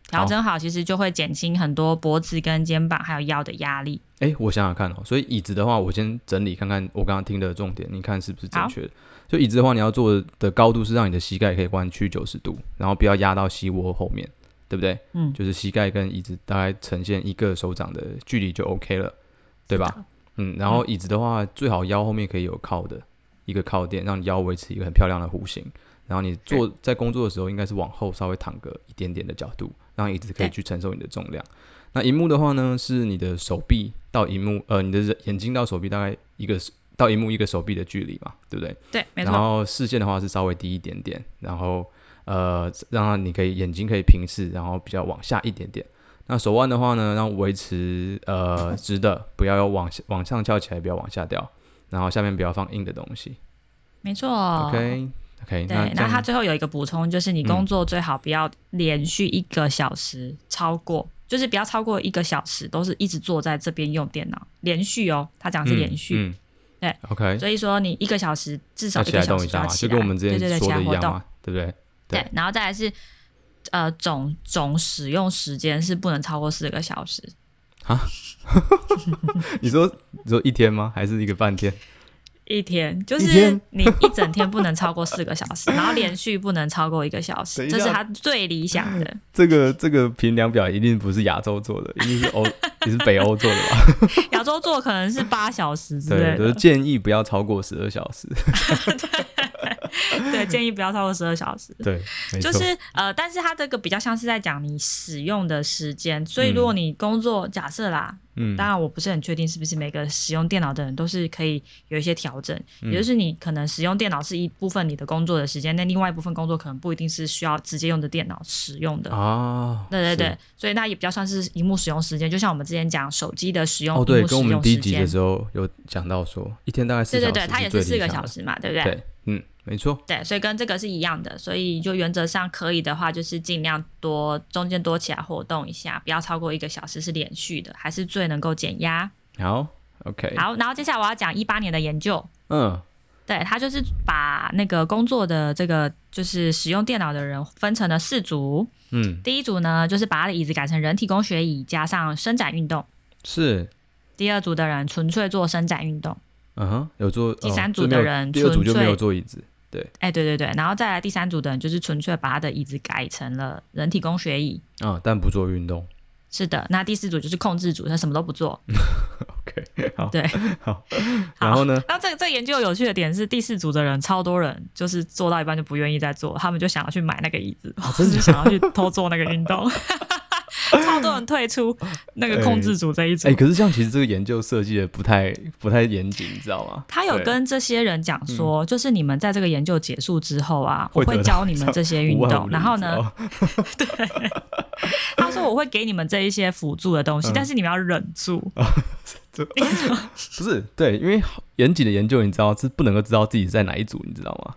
Speaker 1: 调整好，其实就会减轻很多脖子跟肩膀还有腰的压力。
Speaker 2: 哎，我想想看哦，所以椅子的话，我先整理看看我刚刚听的重点，你看是不是正
Speaker 1: 好
Speaker 2: 确的？就椅子的话，你要做的高度是让你的膝盖可以弯曲九十度，然后不要压到膝窝后面，对不对？
Speaker 1: 嗯，
Speaker 2: 就是膝盖跟椅子大概呈现一个手掌的距离就 OK 了，对吧？嗯，然后椅子的话，最好腰后面可以有靠的一个靠垫，让腰维持一个很漂亮的弧形。然后你坐在工作的时候，应该是往后稍微躺个一点点的角度，让椅子可以
Speaker 1: 对
Speaker 2: 去承受你的重量。那荧幕的话呢，是你的手臂到荧幕，呃，你的人眼睛到手臂大概一个到荧幕一个手臂的距离嘛，对不对？
Speaker 1: 对，没
Speaker 2: 然
Speaker 1: 错，
Speaker 2: 后视线的话是稍微低一点点，然后呃，让它你可以眼睛可以平视，然后比较往下一点点。那手腕的话呢，让维持呃直的，不要往下往上翘起来，不要往下掉，然后下面不要放硬的东西。
Speaker 1: 没错。
Speaker 2: OK OK，那
Speaker 1: 哦对，
Speaker 2: 这
Speaker 1: 那
Speaker 2: 样嗯
Speaker 1: 他最后有一个补充，就是你工作最好不要连续一个小时超过，就是不要超过一个小时，都是一直坐在这边用电脑，连续哦，他讲是连续，
Speaker 2: 嗯嗯
Speaker 1: 对
Speaker 2: ，OK，
Speaker 1: 所以说你一个小时至
Speaker 2: 要
Speaker 1: 少一
Speaker 2: 起来
Speaker 1: 个小
Speaker 2: 动
Speaker 1: 时
Speaker 2: 一
Speaker 1: 都
Speaker 2: 下
Speaker 1: 要
Speaker 2: 嘛，
Speaker 1: 起
Speaker 2: 就
Speaker 1: 来，
Speaker 2: 跟我们之
Speaker 1: 对对
Speaker 2: 前
Speaker 1: 对，起
Speaker 2: 说
Speaker 1: 来
Speaker 2: 的一
Speaker 1: 活
Speaker 2: 样
Speaker 1: 动，
Speaker 2: 嘛，对不对？对
Speaker 1: 对，然后再来是呃总总使用时间是不能超过四个小时，
Speaker 2: 你说你说一天吗？还是一个半天？
Speaker 1: 一天就
Speaker 2: 一
Speaker 1: 是
Speaker 2: 天
Speaker 1: 你一整天不能超过四个小 时，然后连续不能超过一个小时，
Speaker 2: 等一
Speaker 1: 这
Speaker 2: 下
Speaker 1: 是他最理想 的。
Speaker 2: 这个这个评量表一定不是亚洲做的，一定是欧，也是北欧做的吧？
Speaker 1: 亚洲做可能是八小时之类的，
Speaker 2: 对，就是建议不要超过十二小时。
Speaker 1: 对，建议不要超过十二小时。
Speaker 2: 对，没
Speaker 1: 就
Speaker 2: 错，
Speaker 1: 是呃，但是它这个比较像是在讲你使用的时间，所以如果你工作、假设啦，
Speaker 2: 嗯
Speaker 1: 当然我不是很确定是不是每个使用电脑的人都是可以有一些调整，
Speaker 2: 嗯
Speaker 1: 也就是你可能使用电脑是一部分你的工作的时间，那另外一部分工作可能不一定是需要直接用的电脑使用的。
Speaker 2: 啊，
Speaker 1: 对对
Speaker 2: 是
Speaker 1: 对，所以那也比较算是荧幕使用时间，就像我们之前讲手机的使用，
Speaker 2: 哦，对，
Speaker 1: 荧幕
Speaker 2: 跟我
Speaker 1: 使
Speaker 2: 们
Speaker 1: 用
Speaker 2: 第一
Speaker 1: 时
Speaker 2: 集
Speaker 1: 间
Speaker 2: 的时候有讲到说，一天大概四
Speaker 1: 对
Speaker 2: 小
Speaker 1: 对
Speaker 2: 时，
Speaker 1: 对，它也
Speaker 2: 是
Speaker 1: 是四个小
Speaker 2: 时。
Speaker 1: 时嘛，对不对？
Speaker 2: 对，嗯，没错，
Speaker 1: 对，所以跟这个是一样的，所以就原则上可以的话，就是尽量多中间多起来活动一下，不要超过一个小时是连续的，还是最能够减压。
Speaker 2: 好，OK，
Speaker 1: 好，然后接下来我要讲一八年的研究，
Speaker 2: 嗯，
Speaker 1: 对，它就是把那个工作的这个就是使用电脑的人分成了四组，
Speaker 2: 嗯，
Speaker 1: 第一组呢就是把他的椅子改成人体工学椅加上伸展运动，
Speaker 2: 是，
Speaker 1: 第二组的人纯粹做伸展运动，
Speaker 2: 嗯哼，有坐
Speaker 1: 第
Speaker 2: 哦
Speaker 1: 三
Speaker 2: 就
Speaker 1: 组
Speaker 2: 没
Speaker 1: 的
Speaker 2: 有
Speaker 1: 人
Speaker 2: 第二组
Speaker 1: 纯
Speaker 2: 就没有
Speaker 1: 粹
Speaker 2: 坐椅子，
Speaker 1: 哎，对对对，然后再来第三组的人就是纯粹把他的椅子改成了人体工学椅。
Speaker 2: 啊，但不做运动。
Speaker 1: 是的，那第四组就是控制组，他什么都不做。
Speaker 2: 嗯 OK，好，
Speaker 1: 对，
Speaker 2: 好，
Speaker 1: 好
Speaker 2: 然后 呢？
Speaker 1: 那这这研究有趣的点是，第四组的人超多人，就是做到一半就不愿意再做，他们就想要去买那个椅子，
Speaker 2: 哦
Speaker 1: 或者是想要去偷做那个运 动。超多人退出那个控制组这一组。
Speaker 2: 哎、可是这样其实这个研究设计的不太不太严谨，你知道吗？
Speaker 1: 他有
Speaker 2: 对
Speaker 1: 跟这些人讲说，就是你们在这个研究结束之后啊，我
Speaker 2: 会
Speaker 1: 会
Speaker 2: 得到
Speaker 1: 教你们这些运
Speaker 2: 无万无
Speaker 1: 动，
Speaker 2: 理
Speaker 1: 然后
Speaker 2: 你知
Speaker 1: 呢
Speaker 2: 道，
Speaker 1: 他说我会给你们这一些辅助的
Speaker 2: 嗯
Speaker 1: 东西，但是你们要忍住。
Speaker 2: 哦 不是对，因为严谨的研究，你知道是不能够知道自己在哪一组，你知道吗？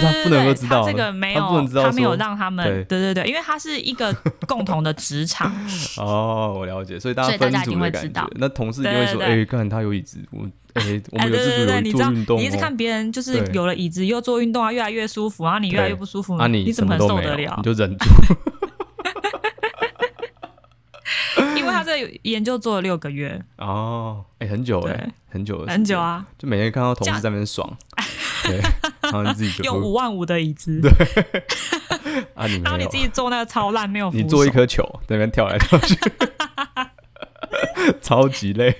Speaker 1: 对
Speaker 2: 是他
Speaker 1: 对
Speaker 2: 不能
Speaker 1: 对
Speaker 2: 够知道，
Speaker 1: 他这个没有，
Speaker 2: 他不能知道
Speaker 1: 他没有
Speaker 2: 说
Speaker 1: 让他们，
Speaker 2: 对
Speaker 1: 对对对，因为他是一个共同的职场，
Speaker 2: 哦，我了解，所以大
Speaker 1: 所
Speaker 2: 家
Speaker 1: 以大
Speaker 2: 分
Speaker 1: 家一
Speaker 2: 组
Speaker 1: 定
Speaker 2: 的
Speaker 1: 会知
Speaker 2: 感
Speaker 1: 道
Speaker 2: 觉，那同事就
Speaker 1: 对
Speaker 2: 会
Speaker 1: 对
Speaker 2: 说，
Speaker 1: 对
Speaker 2: 哎，看他有椅子，我哎， 我
Speaker 1: 哎，
Speaker 2: 们
Speaker 1: 对
Speaker 2: 有
Speaker 1: 对
Speaker 2: 自主
Speaker 1: 对，
Speaker 2: 有
Speaker 1: 你知
Speaker 2: 做
Speaker 1: 道，
Speaker 2: 运动
Speaker 1: 你一直看
Speaker 2: 哦，
Speaker 1: 别人就是
Speaker 2: 对
Speaker 1: 有了椅子又做运动啊，越来越舒服，然后你越来越不舒服，
Speaker 2: 啊，
Speaker 1: 你
Speaker 2: 什
Speaker 1: 怎么很
Speaker 2: 么都
Speaker 1: 受
Speaker 2: 没
Speaker 1: 得
Speaker 2: 有，
Speaker 1: 了
Speaker 2: 你？就忍住，
Speaker 1: 因为他这个研究做了六个月，
Speaker 2: 哦，哎，很久哎
Speaker 1: 对，
Speaker 2: 很久的时
Speaker 1: 很久
Speaker 2: 间，
Speaker 1: 啊，
Speaker 2: 就每天看到同
Speaker 1: 这
Speaker 2: 事
Speaker 1: 样
Speaker 2: 在那边 爽，对，然后你自己就
Speaker 1: 用五万五的椅子，
Speaker 2: 啊，你没
Speaker 1: 然后你
Speaker 2: 有
Speaker 1: 自，己做那个超烂，没有扶
Speaker 2: 你做一
Speaker 1: 手，
Speaker 2: 颗球在那边跳来 跳去，超级累，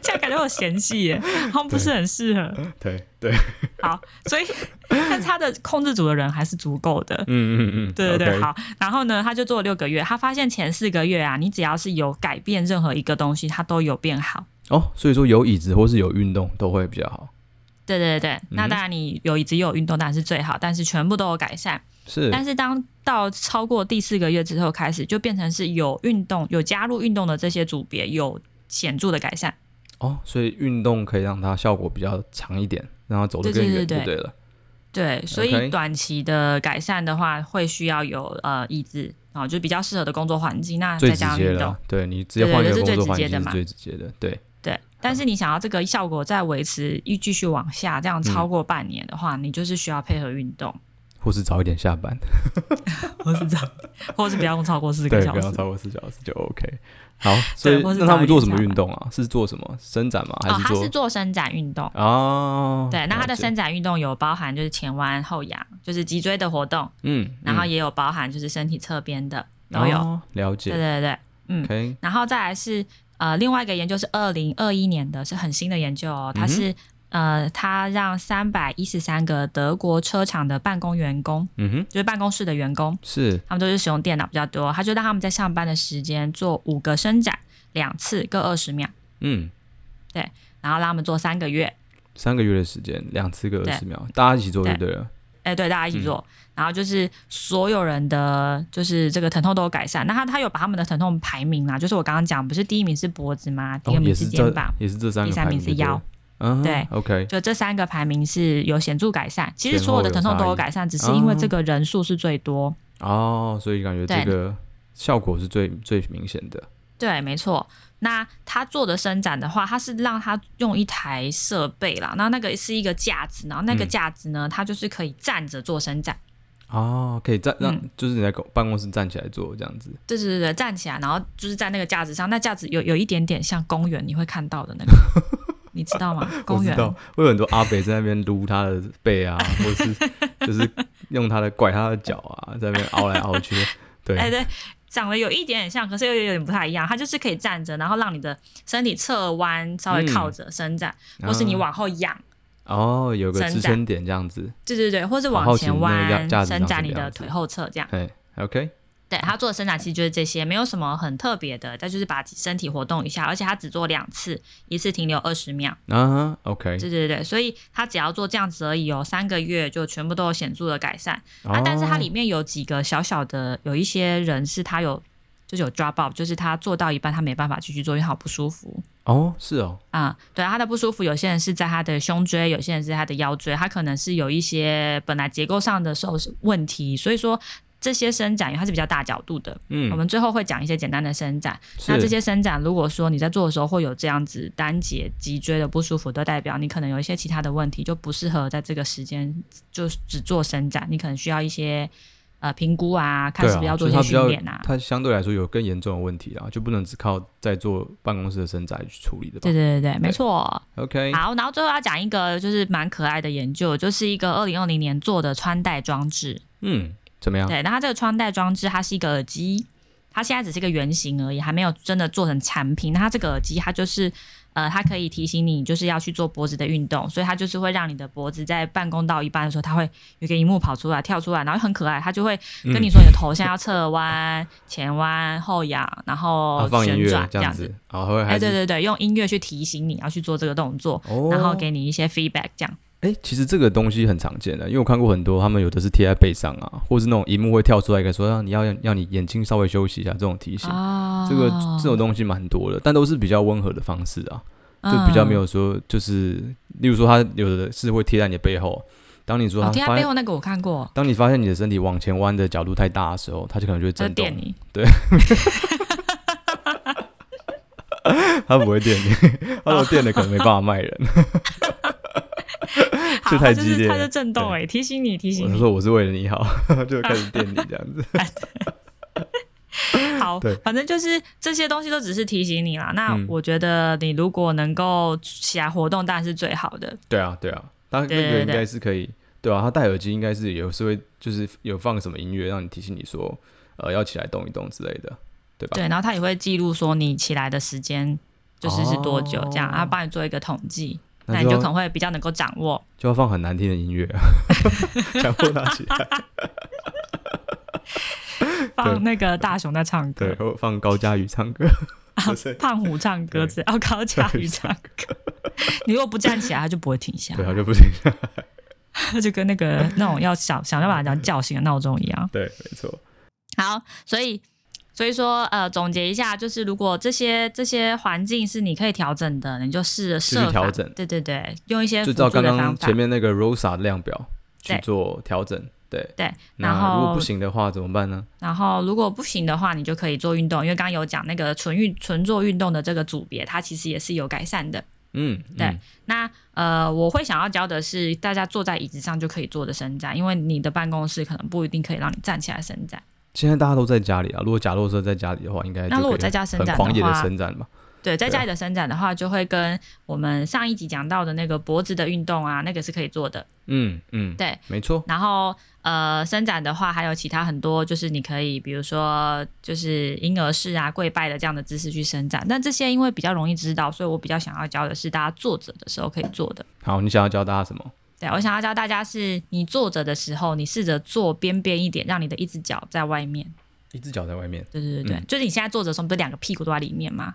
Speaker 1: 这样感觉有嫌隙耶，好像不是很适合。
Speaker 2: 对对，
Speaker 1: 好，所以但是他的控制组的人还是足够的，
Speaker 2: 嗯嗯嗯，
Speaker 1: 对对对
Speaker 2: OK，
Speaker 1: 好。然后呢，他就做了六个月，他发现前四个月啊，你只要是有改变任何一个东西，它都有变好。
Speaker 2: 哦，所以说有椅子或是有运动都会比较好，
Speaker 1: 对对对
Speaker 2: 嗯
Speaker 1: 对，那当然你有椅子又有运动当然是最好，但是全部都有改善。
Speaker 2: 是
Speaker 1: 但是当到超过第四个月之后开始，就变成是有运动、有加入运动的这些组别有显著的改善。
Speaker 2: 哦，所以运动可以让它效果比较长一点，让它走得
Speaker 1: 对
Speaker 2: 更
Speaker 1: 对
Speaker 2: 远就
Speaker 1: 对对
Speaker 2: 对了。
Speaker 1: 对，所
Speaker 2: OK
Speaker 1: 以短期的改善的话，会需要有呃椅子啊、哦，就比较适合的工作环境，那啊
Speaker 2: 最
Speaker 1: 再
Speaker 2: 直
Speaker 1: 加上
Speaker 2: 接
Speaker 1: 运动
Speaker 2: 了。，对你直接
Speaker 1: 对
Speaker 2: 换一
Speaker 1: 对
Speaker 2: 个
Speaker 1: 这是最
Speaker 2: 工作
Speaker 1: 直
Speaker 2: 环
Speaker 1: 接
Speaker 2: 境
Speaker 1: 的
Speaker 2: 是
Speaker 1: 嘛
Speaker 2: 最直接的，对，
Speaker 1: 对，但是你想要这个效果再维持一继续往下，这
Speaker 2: 嗯
Speaker 1: 样超过半年的话，你就是需要配合运动，
Speaker 2: 或是早一点下班，哦
Speaker 1: 或是这样， 或是不要用超过四
Speaker 2: 对
Speaker 1: 个，小
Speaker 2: 不要
Speaker 1: 时。
Speaker 2: 超过四小时就 OK。好，所以
Speaker 1: 或是
Speaker 2: 那他们
Speaker 1: 早一
Speaker 2: 做
Speaker 1: 点
Speaker 2: 什么
Speaker 1: 下
Speaker 2: 运动啊？是做什么伸展吗？
Speaker 1: 哦，
Speaker 2: 还
Speaker 1: 他
Speaker 2: 做
Speaker 1: 是做伸展运动，
Speaker 2: 哦，
Speaker 1: 对，那他的
Speaker 2: 了解
Speaker 1: 伸展运动有包含就是前弯、后仰，就是脊椎的活动，
Speaker 2: 嗯，
Speaker 1: 然后
Speaker 2: 嗯
Speaker 1: 也有包含就是身体侧边的都有。
Speaker 2: 哦了
Speaker 1: 对
Speaker 2: 解
Speaker 1: 对对，嗯
Speaker 2: ，OK，
Speaker 1: 然后再来是呃，另外一个研究是二零二一年的，是很新的研究哦，
Speaker 2: 嗯
Speaker 1: 它是、呃，它让三百一十三个德国车厂的办公员工，
Speaker 2: 嗯哼，
Speaker 1: 就是办公室的员工，
Speaker 2: 是
Speaker 1: 他们都是使用电脑比较多，他就让他们在上班的时间做五个伸展，两次各二十秒，
Speaker 2: 嗯，
Speaker 1: 然后让他们做三个月。
Speaker 2: 三个月的时间，两次各二
Speaker 1: 对
Speaker 2: 十秒，大家一起做就
Speaker 1: 对
Speaker 2: 对了。
Speaker 1: 哎，对，大家一起
Speaker 2: 嗯
Speaker 1: 做，然后就是所有人的，就是这个疼痛都有改善。那他他有把他们的疼痛排名啦，就是我刚刚讲，不是第一名是脖子吗？第
Speaker 2: 哦
Speaker 1: 二，名
Speaker 2: 也
Speaker 1: 是
Speaker 2: 是
Speaker 1: 肩
Speaker 2: 这
Speaker 1: 膀，
Speaker 2: 也是这三
Speaker 1: 第
Speaker 2: 个
Speaker 1: 三
Speaker 2: 排
Speaker 1: 名
Speaker 2: 名
Speaker 1: 是
Speaker 2: 就对
Speaker 1: 腰
Speaker 2: 了，嗯，
Speaker 1: 对
Speaker 2: ，OK，
Speaker 1: 就这三个排名是有显著改善。其实
Speaker 2: 前
Speaker 1: 所有
Speaker 2: 后
Speaker 1: 的
Speaker 2: 有
Speaker 1: 疼痛
Speaker 2: 差
Speaker 1: 都有
Speaker 2: 异
Speaker 1: 改善，只是因为
Speaker 2: 哦
Speaker 1: 这个人数是最多。
Speaker 2: 哦，所以感觉这
Speaker 1: 对
Speaker 2: 个效果是最最明显的。
Speaker 1: 对，没错。那他做的伸展的话，他是让他用一台设备啦，那那个是一个架子，然后那个
Speaker 2: 嗯
Speaker 1: 架子呢，它就是可以站着做伸展，
Speaker 2: 哦，可以站让、
Speaker 1: 嗯
Speaker 2: 就是你在公办公室站起来做这样子，
Speaker 1: 对对对对，站起来，然后就是在那个架子上，那架子有有一点点像公园你会看到的 那个，你知道吗？公
Speaker 2: 我
Speaker 1: 园
Speaker 2: 知道会有很多阿北在那边撸他的背啊， 或是就是用他的拐他的脚啊，在那边凹来 凹去。对，
Speaker 1: 哎，对，长得有一点点像，可是又有点不太一样。它就是可以
Speaker 2: 嗯啊
Speaker 1: 站着，然后让你的身体侧弯，稍微靠着伸展，或是你往后仰，
Speaker 2: 哦，有个
Speaker 1: 伸
Speaker 2: 支
Speaker 1: 展
Speaker 2: 撑点这样子，
Speaker 1: 对对对，或是
Speaker 2: 好
Speaker 1: 往
Speaker 2: 好奇
Speaker 1: 前
Speaker 2: 那个架
Speaker 1: 弯
Speaker 2: 架，子长
Speaker 1: 伸展
Speaker 2: 什么
Speaker 1: 你的
Speaker 2: 样子
Speaker 1: 腿后侧这样。
Speaker 2: 哎，OK，
Speaker 1: 对他做的伸展其实就是这些，没有什么很特别的，他就是把身体活动一下，而且他只做两次，一次停留二十秒。
Speaker 2: 啊，OK，
Speaker 1: 对对对，所以他只要做这样子而已哦，三个月就全部都有显著的改善。啊
Speaker 2: 哦，
Speaker 1: 但是它里面有几个小小的，有一些人是他有就是有 drop out，就是他做到一半他没办法继续做，因为好不舒服。
Speaker 2: 哦，是哦，
Speaker 1: 啊、对，他的不舒服，有些人是在他的胸椎，有些人是他的腰椎，他可能是有一些本来结构上的受问题，所以说这些伸展，因为它是比较大角度的，我
Speaker 2: 嗯，
Speaker 1: 们最后会讲一些简单的伸展。
Speaker 2: 是
Speaker 1: 那这些伸展，如果说你在做的时候会有这样子单节脊椎的不舒服，都代表你可能有一些其他的问题，就不适合在这个时间就只做伸展，你可能需要一些呃评估啊，看
Speaker 2: 对
Speaker 1: 是不是
Speaker 2: 啊
Speaker 1: 要做
Speaker 2: 所
Speaker 1: 一
Speaker 2: 以它
Speaker 1: 些
Speaker 2: 比较
Speaker 1: 训练啊。
Speaker 2: 它相对来说有更严重的问题啦，就不能只靠在做办公室的伸展去处理的吧
Speaker 1: 对对对对，没错。
Speaker 2: ？OK，
Speaker 1: 好，然后最后要讲一个就是蛮可爱的研究，就是一个二零二零年做的穿戴装置。
Speaker 2: 嗯，怎么样？
Speaker 1: 啊对，那它这个穿戴装置，它是一个耳机，它现在只是一个原型而已，还没有真的做成产品。那它这个耳机，它就是呃，它可以提醒你就是要去做脖子的运动，所以它就是会让你的脖子在办公到一半的时候，它会有个荧幕跑出来跳出来，然后很可爱，它就会呃跟你说你的头现在要侧弯、前弯、后仰，然
Speaker 2: 啊
Speaker 1: 后
Speaker 2: 放音
Speaker 1: 旋
Speaker 2: 乐
Speaker 1: 转
Speaker 2: 这
Speaker 1: 这
Speaker 2: 样
Speaker 1: 样子
Speaker 2: 子。，然后
Speaker 1: 哎，
Speaker 2: 还
Speaker 1: 对
Speaker 2: 是
Speaker 1: 对对，用音乐去提醒你要去做这个动作，
Speaker 2: 哦，
Speaker 1: 然后给你一些 feedback 这样。
Speaker 2: 哎、其实这个东西很常见的，因为我看过很多，他们有的是贴在背上啊，或是那种荧幕会跳出来，给说让你要要你眼睛稍微休息一下这种提醒。
Speaker 1: 啊
Speaker 2: 这个这种东西蛮多的，但都是比较温和的方式啊，
Speaker 1: 嗯
Speaker 2: 就比较没有说就是，例如说它有的是会贴在你的背后，当你说
Speaker 1: 哦，
Speaker 2: 它
Speaker 1: 贴在
Speaker 2: 发
Speaker 1: 背
Speaker 2: 现，
Speaker 1: 后那个我看过，
Speaker 2: 当你发现你的身体往前弯的角度太大的时候，它就可能就会
Speaker 1: 这
Speaker 2: 震动
Speaker 1: 电，你。
Speaker 2: 它不会电你， 它如果电了可能没办法卖人。
Speaker 1: 好
Speaker 2: 这太
Speaker 1: 它
Speaker 2: 激烈
Speaker 1: 就是它
Speaker 2: 了
Speaker 1: 就震动
Speaker 2: 对
Speaker 1: 哎、提醒你，提
Speaker 2: 我
Speaker 1: 醒
Speaker 2: 就
Speaker 1: 你。
Speaker 2: 说我是为了你好，就开始电你这样子。
Speaker 1: 好
Speaker 2: 对，
Speaker 1: 反正就是这些东西都只是提醒你啦。那
Speaker 2: 嗯
Speaker 1: 我觉得你如果能够起来活动，当然是最好的。
Speaker 2: 对啊，对啊，他那
Speaker 1: 对对
Speaker 2: 个
Speaker 1: 对
Speaker 2: 应该是可以，对啊，他戴耳机应该是有是会就是有放什么音乐让你提醒你说，呃，要起来动一动之类的，对吧？
Speaker 1: 对，然后它也会记录说你起来的时间就是是多久这样，
Speaker 2: 哦
Speaker 1: 啊，帮你做一个统计，那
Speaker 2: 那
Speaker 1: 你
Speaker 2: 就
Speaker 1: 就可
Speaker 2: 要
Speaker 1: 能会比较能够掌握。
Speaker 2: 就要放很难听的音乐、啊，强迫他起来，
Speaker 1: 放那个大雄在唱歌
Speaker 2: 对，，或放高佳宇唱歌， 不是
Speaker 1: 胖虎唱歌，
Speaker 2: 对
Speaker 1: 只要高佳宇唱歌， 你如果不站起来，他就不会停下
Speaker 2: 对，，他就不行，
Speaker 1: 他就跟那个那种要想想要把人叫醒的闹钟一样。
Speaker 2: 对，没错，
Speaker 1: 好，所以所以说呃，总结一下，就是如果这些这些环境是你可以调整的，你就试着设法
Speaker 2: 调整
Speaker 1: 对对对，用一些
Speaker 2: 就
Speaker 1: 辅
Speaker 2: 照
Speaker 1: 助
Speaker 2: 刚
Speaker 1: 的
Speaker 2: 刚
Speaker 1: 方法
Speaker 2: 前。面那个 Rosa 的量表去
Speaker 1: 对
Speaker 2: 做调整，对，
Speaker 1: 对，然
Speaker 2: 那如果
Speaker 1: 后
Speaker 2: 不行的话怎么办呢？
Speaker 1: 然后如果不行的话，你就可以做运动，因为刚刚有讲那个纯运纯做运动的这个组别，它其实也是有改善的。
Speaker 2: 嗯，
Speaker 1: 对
Speaker 2: 嗯
Speaker 1: 那呃，我会想要教的是，大家坐在椅子上就可以做的伸展，因为你的办公室可能不一定可以让你站起来伸展。
Speaker 2: 现在大家都在家里啊，如果假如说在家里的话，应该
Speaker 1: 那
Speaker 2: 就
Speaker 1: 如果
Speaker 2: 可以
Speaker 1: 在家伸
Speaker 2: 很
Speaker 1: 展
Speaker 2: 狂
Speaker 1: 的
Speaker 2: 野的
Speaker 1: 话
Speaker 2: 伸展嘛，
Speaker 1: 对，在
Speaker 2: 对啊
Speaker 1: 家里的伸展的话，就会跟我们上一集讲到的那个脖子的运动啊，那个是可以做的。
Speaker 2: 嗯嗯，
Speaker 1: 对，
Speaker 2: 没错。
Speaker 1: 然后呃，伸展的话，还有其他很多，就是你可以比如说就是婴儿式啊、跪拜的这样的姿势去伸展。但这些因为比较容易知道，所以我比较想要教的是大家坐着的时候可以做的。
Speaker 2: 好，你想要教大家什么？
Speaker 1: 对，我想要教大家是，你坐着的时候，你试着坐边边一点，让你的一只脚在外面。
Speaker 2: 一只脚在外面，
Speaker 1: 对对对对，
Speaker 2: 嗯
Speaker 1: 就是你现在坐着的时候，不是两个屁股都在里面吗？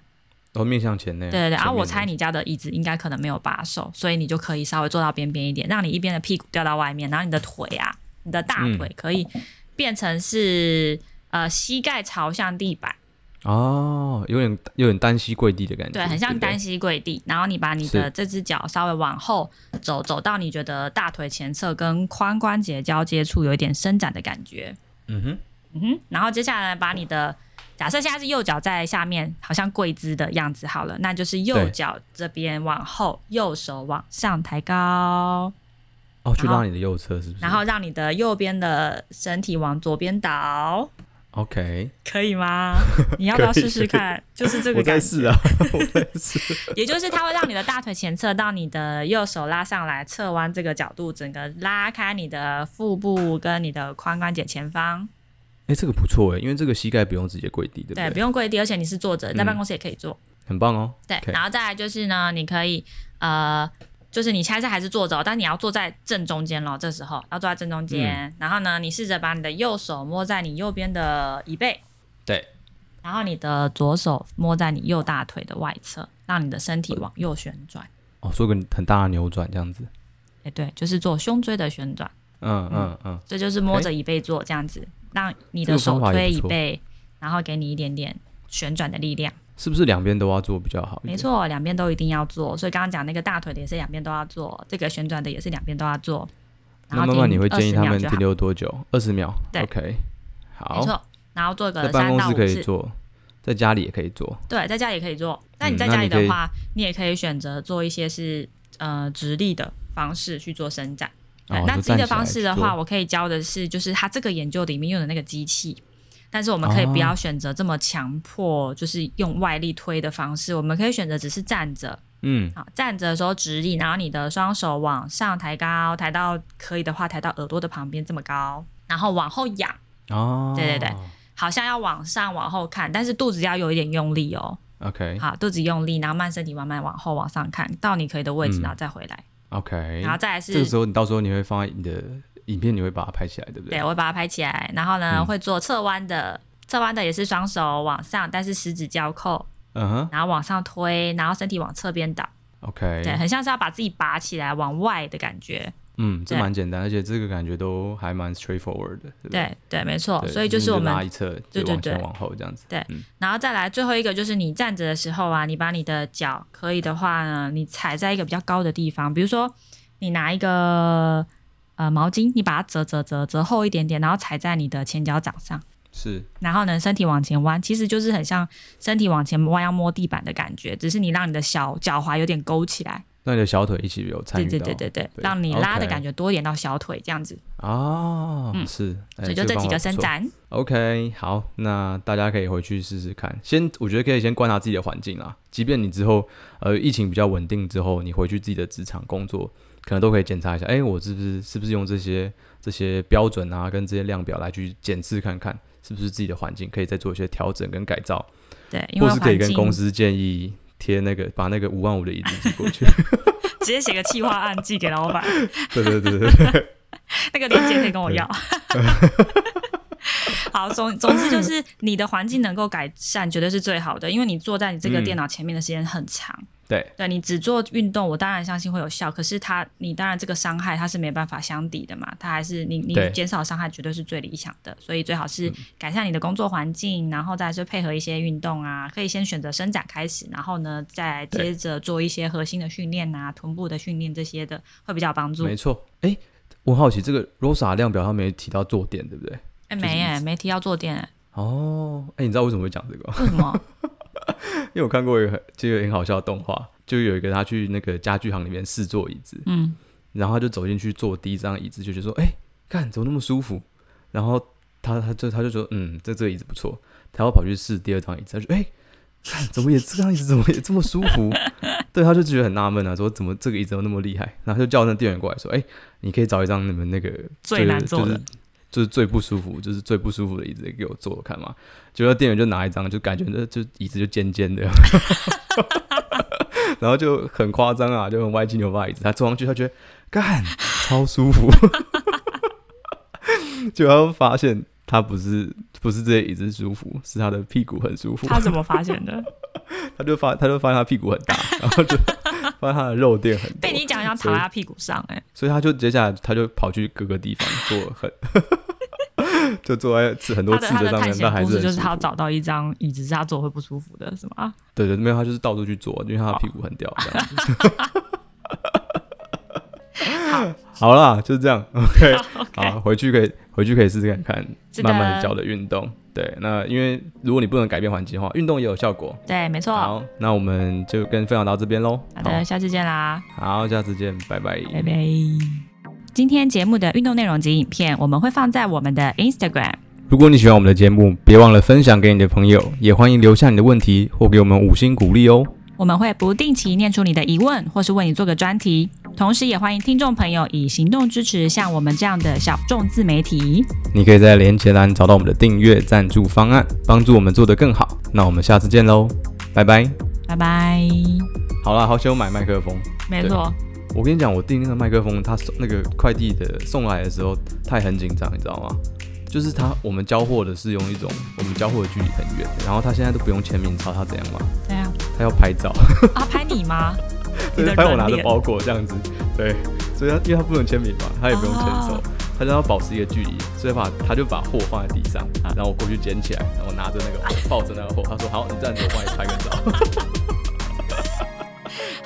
Speaker 2: 然后哦面向前呢？
Speaker 1: 对对对，
Speaker 2: 前
Speaker 1: 啊，
Speaker 2: 面
Speaker 1: 我
Speaker 2: 的
Speaker 1: 猜你家的椅子应该可能没有把手，所以你就可以稍微坐到边边一点，让你一边的屁股掉到外面，然后你的腿啊，你的大
Speaker 2: 嗯
Speaker 1: 腿可以变成是、呃膝盖朝向地板，
Speaker 2: 哦，有点有点单膝跪地的感觉，
Speaker 1: 对，很像
Speaker 2: 嗯不对
Speaker 1: 单膝跪地，然后你把你的这只脚稍微往后走，走到你觉得大腿前侧跟髋关节交接处有一点伸展的感觉，
Speaker 2: 嗯哼，
Speaker 1: 嗯哼，然后接下来把你的。假设现在是右脚在下面，好像跪姿的样子好了，那就是右
Speaker 2: 对
Speaker 1: 脚这边往后，右手往上抬高。
Speaker 2: 哦，去
Speaker 1: 然后
Speaker 2: 拉你的右侧是不是？
Speaker 1: 然后让你的右边的身体往左边倒，
Speaker 2: OK，
Speaker 1: 可以吗？ 你要不要试试看？就是这
Speaker 2: 我
Speaker 1: 个
Speaker 2: 在
Speaker 1: 感
Speaker 2: 试
Speaker 1: 觉，
Speaker 2: 啊，我在试，
Speaker 1: 也就是它会让你的大腿前侧到你的右手拉上来，侧弯这个角度，整个拉开你的腹部跟你的髋关节前方。
Speaker 2: 哎，这个不错哎，因为这个膝盖不用直接跪地，对
Speaker 1: 对，
Speaker 2: 不对？嗯
Speaker 1: 不用跪地，而且你是坐着，在办公室也可以做。
Speaker 2: 很棒哦，
Speaker 1: 对
Speaker 2: OK
Speaker 1: 然后再来就是呢，你可以呃。就是你现在还是坐着哦，但你要坐在正中间咯。这时候要坐在正中间，
Speaker 2: 嗯
Speaker 1: 然后呢，你试着把你的右手摸在你右边的椅背，
Speaker 2: 对，
Speaker 1: 然后你的左手摸在你右大腿的外侧，让你的身
Speaker 2: 呃
Speaker 1: 体往右旋转。
Speaker 2: 哦，做个很大的扭转这样子，
Speaker 1: 哎，对，就是做胸椎的旋转，
Speaker 2: 嗯嗯嗯，
Speaker 1: 这就是摸着椅背做这样子，让你
Speaker 2: 这
Speaker 1: 的
Speaker 2: 个方
Speaker 1: 手
Speaker 2: 法也
Speaker 1: 推
Speaker 2: 不
Speaker 1: 椅
Speaker 2: 错
Speaker 1: 背，然后给你一点点旋转的力量。
Speaker 2: 是不是两边都要做比较好？
Speaker 1: 没，错，两边都一定要做。所以刚刚讲那个大腿的也是两边都要做，这个旋转的也是两边都要做。然
Speaker 2: 那
Speaker 1: 后
Speaker 2: 慢慢
Speaker 1: 停
Speaker 2: 你会建议
Speaker 1: 20
Speaker 2: 他
Speaker 1: 秒
Speaker 2: 们
Speaker 1: 就
Speaker 2: 停留多久？二十秒
Speaker 1: 对
Speaker 2: ，OK，
Speaker 1: 好，没
Speaker 2: 好，
Speaker 1: 错。然后做
Speaker 2: 在
Speaker 1: 个
Speaker 2: 办
Speaker 1: 三
Speaker 2: 公
Speaker 1: 到
Speaker 2: 室
Speaker 1: 五
Speaker 2: 可以
Speaker 1: 次，
Speaker 2: 做，在家里也可以做，
Speaker 1: 对，在家也可以做。但你
Speaker 2: 嗯
Speaker 1: 在
Speaker 2: 那
Speaker 1: 家
Speaker 2: 你
Speaker 1: 里
Speaker 2: 可
Speaker 1: 的
Speaker 2: 以
Speaker 1: 话，你也可以选择做一些是呃直立的方式去做伸展。对
Speaker 2: 哦
Speaker 1: 那
Speaker 2: 就
Speaker 1: 直立的
Speaker 2: 站起来
Speaker 1: 方式的
Speaker 2: 去
Speaker 1: 话，
Speaker 2: 做
Speaker 1: 我可以教的是，就是它这个研究里面用的那个机器。但是我们可
Speaker 2: 哦
Speaker 1: 以不要选择这么强迫，就是用外力推的方式，我们可以选择只是站着，
Speaker 2: 嗯，
Speaker 1: 好，站着的时候直立，然后你的双手往上抬高，抬到可以的话，抬到耳朵的旁边这么高，然后往后仰，
Speaker 2: 哦，
Speaker 1: 对对对好像要往上往后看，但是肚子要有一点用力哦。
Speaker 2: ，OK
Speaker 1: 好，肚子用力，然后慢身体慢慢往后往上看到你可以的位置，
Speaker 2: 嗯
Speaker 1: 然后再回来，
Speaker 2: OK，
Speaker 1: 然后再来是
Speaker 2: 这个时候你到时候你会放在你的影片，你会把它拍起来，对不
Speaker 1: 对，我会把它拍起来，然后呢、
Speaker 2: 嗯
Speaker 1: 会做侧弯的，侧弯的也是双手往上，但是十指交扣，
Speaker 2: 嗯哼
Speaker 1: 然后往上推，然后身体往侧边倒，对，
Speaker 2: ，OK，
Speaker 1: 很像是要把自己拔起来往外的感觉，
Speaker 2: 嗯，这
Speaker 1: 对
Speaker 2: 蛮简单，而且这个感觉都还蛮 straightforward 的，对不对？
Speaker 1: 对对，没错，
Speaker 2: 对
Speaker 1: 所以就是我
Speaker 2: 你
Speaker 1: 们
Speaker 2: 拉一侧，
Speaker 1: 对
Speaker 2: 就往
Speaker 1: 对
Speaker 2: 前
Speaker 1: 对
Speaker 2: 往后这样子，
Speaker 1: 然后再来最后一个就是你站着的时候啊，你把你的脚可以的话呢，你踩在一个比较高的地方，比如说你拿一个呃毛巾，你把它折折折折厚一点点，然后踩在你的前脚掌上，
Speaker 2: 是
Speaker 1: 然后呢身体往前弯，其实就是很像身体往前弯要摸地板的感觉，只是你让你的小脚踝有点勾起来，
Speaker 2: 那你的小腿一起有参
Speaker 1: 对
Speaker 2: 与
Speaker 1: 对
Speaker 2: 到，
Speaker 1: 对对对，
Speaker 2: 对
Speaker 1: 让你拉的
Speaker 2: OK
Speaker 1: 感觉多一点到小腿这样子，
Speaker 2: 啊，
Speaker 1: 嗯
Speaker 2: 是，哎
Speaker 1: 所以就
Speaker 2: 这
Speaker 1: 这
Speaker 2: 方
Speaker 1: 几
Speaker 2: 法
Speaker 1: 个
Speaker 2: 不
Speaker 1: 伸
Speaker 2: 错
Speaker 1: 展，
Speaker 2: OK，好，那大家可以回去试试看。先，我觉得可以先观察自己的环境啦。即便你之后，呃，疫情比较稳定之后，你回去自己的职场工作，可能都可以检查一下，哎、我是不是是不是用这些这些标准啊，跟这些量表来去检视看看，是不是自己的环境可以再做一些调整跟改造，
Speaker 1: 对，因为
Speaker 2: 哎或是可以
Speaker 1: 环
Speaker 2: 跟
Speaker 1: 境
Speaker 2: 公司建议贴那个把那个五万五的椅子寄过去。
Speaker 1: 直接写个企划案寄给老板。
Speaker 2: 对对 对对对，
Speaker 1: 那个链接可以跟我要。 好，总总之就是你的环境能够改善，绝对是最好的，因为你坐在你这个
Speaker 2: 嗯
Speaker 1: 电脑前面的时间很长。
Speaker 2: 对
Speaker 1: 对你只做运动，我当然相信会有效，可是它你当然这个伤害它是没办法相抵的嘛，它还是你你
Speaker 2: 对嗯
Speaker 1: 减少伤害绝对是最理想的，所以最好是改善你的工作环境，然后再是配合一些运动啊，可以先选择伸展开始，然后呢再
Speaker 2: 对
Speaker 1: 接着做一些核心的训练啊、臀部的训练这些的，会比较有帮助。
Speaker 2: 没错。哎、我很好奇这个 Rosa 量表上面有提到坐垫，对不对？
Speaker 1: 哎，
Speaker 2: 就是
Speaker 1: 没
Speaker 2: 一
Speaker 1: 哎，没提要坐垫哎，
Speaker 2: 哦，哎、你知道为什么会讲这个吗？
Speaker 1: 为什么？
Speaker 2: 因为我看过一个很就有一个很好笑的动画，就有一个他去那个家具行里面试坐椅子，
Speaker 1: 嗯，
Speaker 2: 然后他就走进去坐第一张椅子，就觉得说，哎、看怎么那么舒服，然后他他就他就说，嗯，这这个椅子不错，他要跑去试第二张椅子，他就哎。看，怎么也这张椅子怎么也这么舒服？ 对，他就觉得很纳闷啊，说怎么这个椅子有那么厉害？然后就叫那店员过来说：“哎、你可以找一张你们那个
Speaker 1: 最难坐
Speaker 2: 就
Speaker 1: 的
Speaker 2: 是就是最不舒服，就是最不舒服的椅子给我坐坐看嘛。”结果店员就拿一张，就感觉那就椅子就尖尖的， 然后就很夸张啊，就很歪七扭八的椅子。他坐上去，他觉得干超舒服， 结果他发现他不是不是这些椅子舒服，是他的屁股很舒服。
Speaker 1: 他怎么发现的？
Speaker 2: 他就发他就发现他屁股很大，然后就 发现他的肉垫很多
Speaker 1: 被，你讲要
Speaker 2: 所
Speaker 1: 躺
Speaker 2: 以
Speaker 1: 在他屁股上、哎，
Speaker 2: 所以他就接下来他就跑去各个地方做很。 就坐在刺很多
Speaker 1: 他的
Speaker 2: 刺
Speaker 1: 他
Speaker 2: 的
Speaker 1: 的
Speaker 2: 上
Speaker 1: 探
Speaker 2: 面，
Speaker 1: 险
Speaker 2: 但还
Speaker 1: 故
Speaker 2: 是
Speaker 1: 事
Speaker 2: 很
Speaker 1: 就是
Speaker 2: 舒
Speaker 1: 他
Speaker 2: 服
Speaker 1: 找到一张椅子是他坐会不舒服的，是吗？
Speaker 2: 对对，没有，他就是到处去做，因为他的屁股很屌。这样子 好啦，就是这样。OK，好，回去可以回去可以试试看看，
Speaker 1: 是的
Speaker 2: 慢慢脚的运动。对，那因为如果你不能改变环境的话，运动也有效果。
Speaker 1: 对，没错。
Speaker 2: 好，那我们就跟分享到这边喽。
Speaker 1: 好的，下次见啦，
Speaker 2: 好，好，下次见，拜拜。
Speaker 1: 拜拜。今天节目的运动内容及影片，我们会放在我们的 Instagram。
Speaker 2: 如果你喜欢我们的节目，别忘了分享给你的朋友，也欢迎留下你的问题或给我们五星鼓励哦。
Speaker 1: 我们会不定期念出你的疑问，或是为你做个专题。同时，也欢迎听众朋友以行动支持像我们这样的小众自媒体。
Speaker 2: 你可以在连结栏找到我们的订阅赞助方案，帮助我们做得更好。那我们下次见喽，拜拜。
Speaker 1: 拜拜。
Speaker 2: 好啦，好想买麦克风，
Speaker 1: 没错，
Speaker 2: 我跟你讲，我订那个麦克风，他送那个快递的送来的时候，他也很紧张，你知道吗？就是他我们交货的是用一种我们交货的距离很远，然后他现在都不用签名，你知道他怎样吗？
Speaker 1: 对 啊，
Speaker 2: 他要 拍照，
Speaker 1: 啊，拍你吗？你
Speaker 2: 对
Speaker 1: 的，
Speaker 2: 拍我
Speaker 1: 人
Speaker 2: 拿着
Speaker 1: 脸
Speaker 2: 包裹这样子，对，所以他因为他不能签名嘛，他也不用签手
Speaker 1: 哦，
Speaker 2: 他就要保持一个距离，所以把他就把货放在地上，然后我过去捡起来，然后我拿着那个货抱着那个货，他说好，你站着，我帮你拍个 照。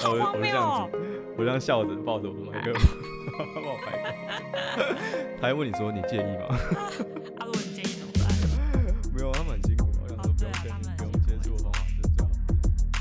Speaker 2: 然后我就
Speaker 1: 好荒
Speaker 2: 我就
Speaker 1: 谬
Speaker 2: 这
Speaker 1: 哦
Speaker 2: 样子，我这样笑着 抱着我的麦克风，帮我拍个照。他还问你说你介意吗？
Speaker 1: 啊
Speaker 2: 啊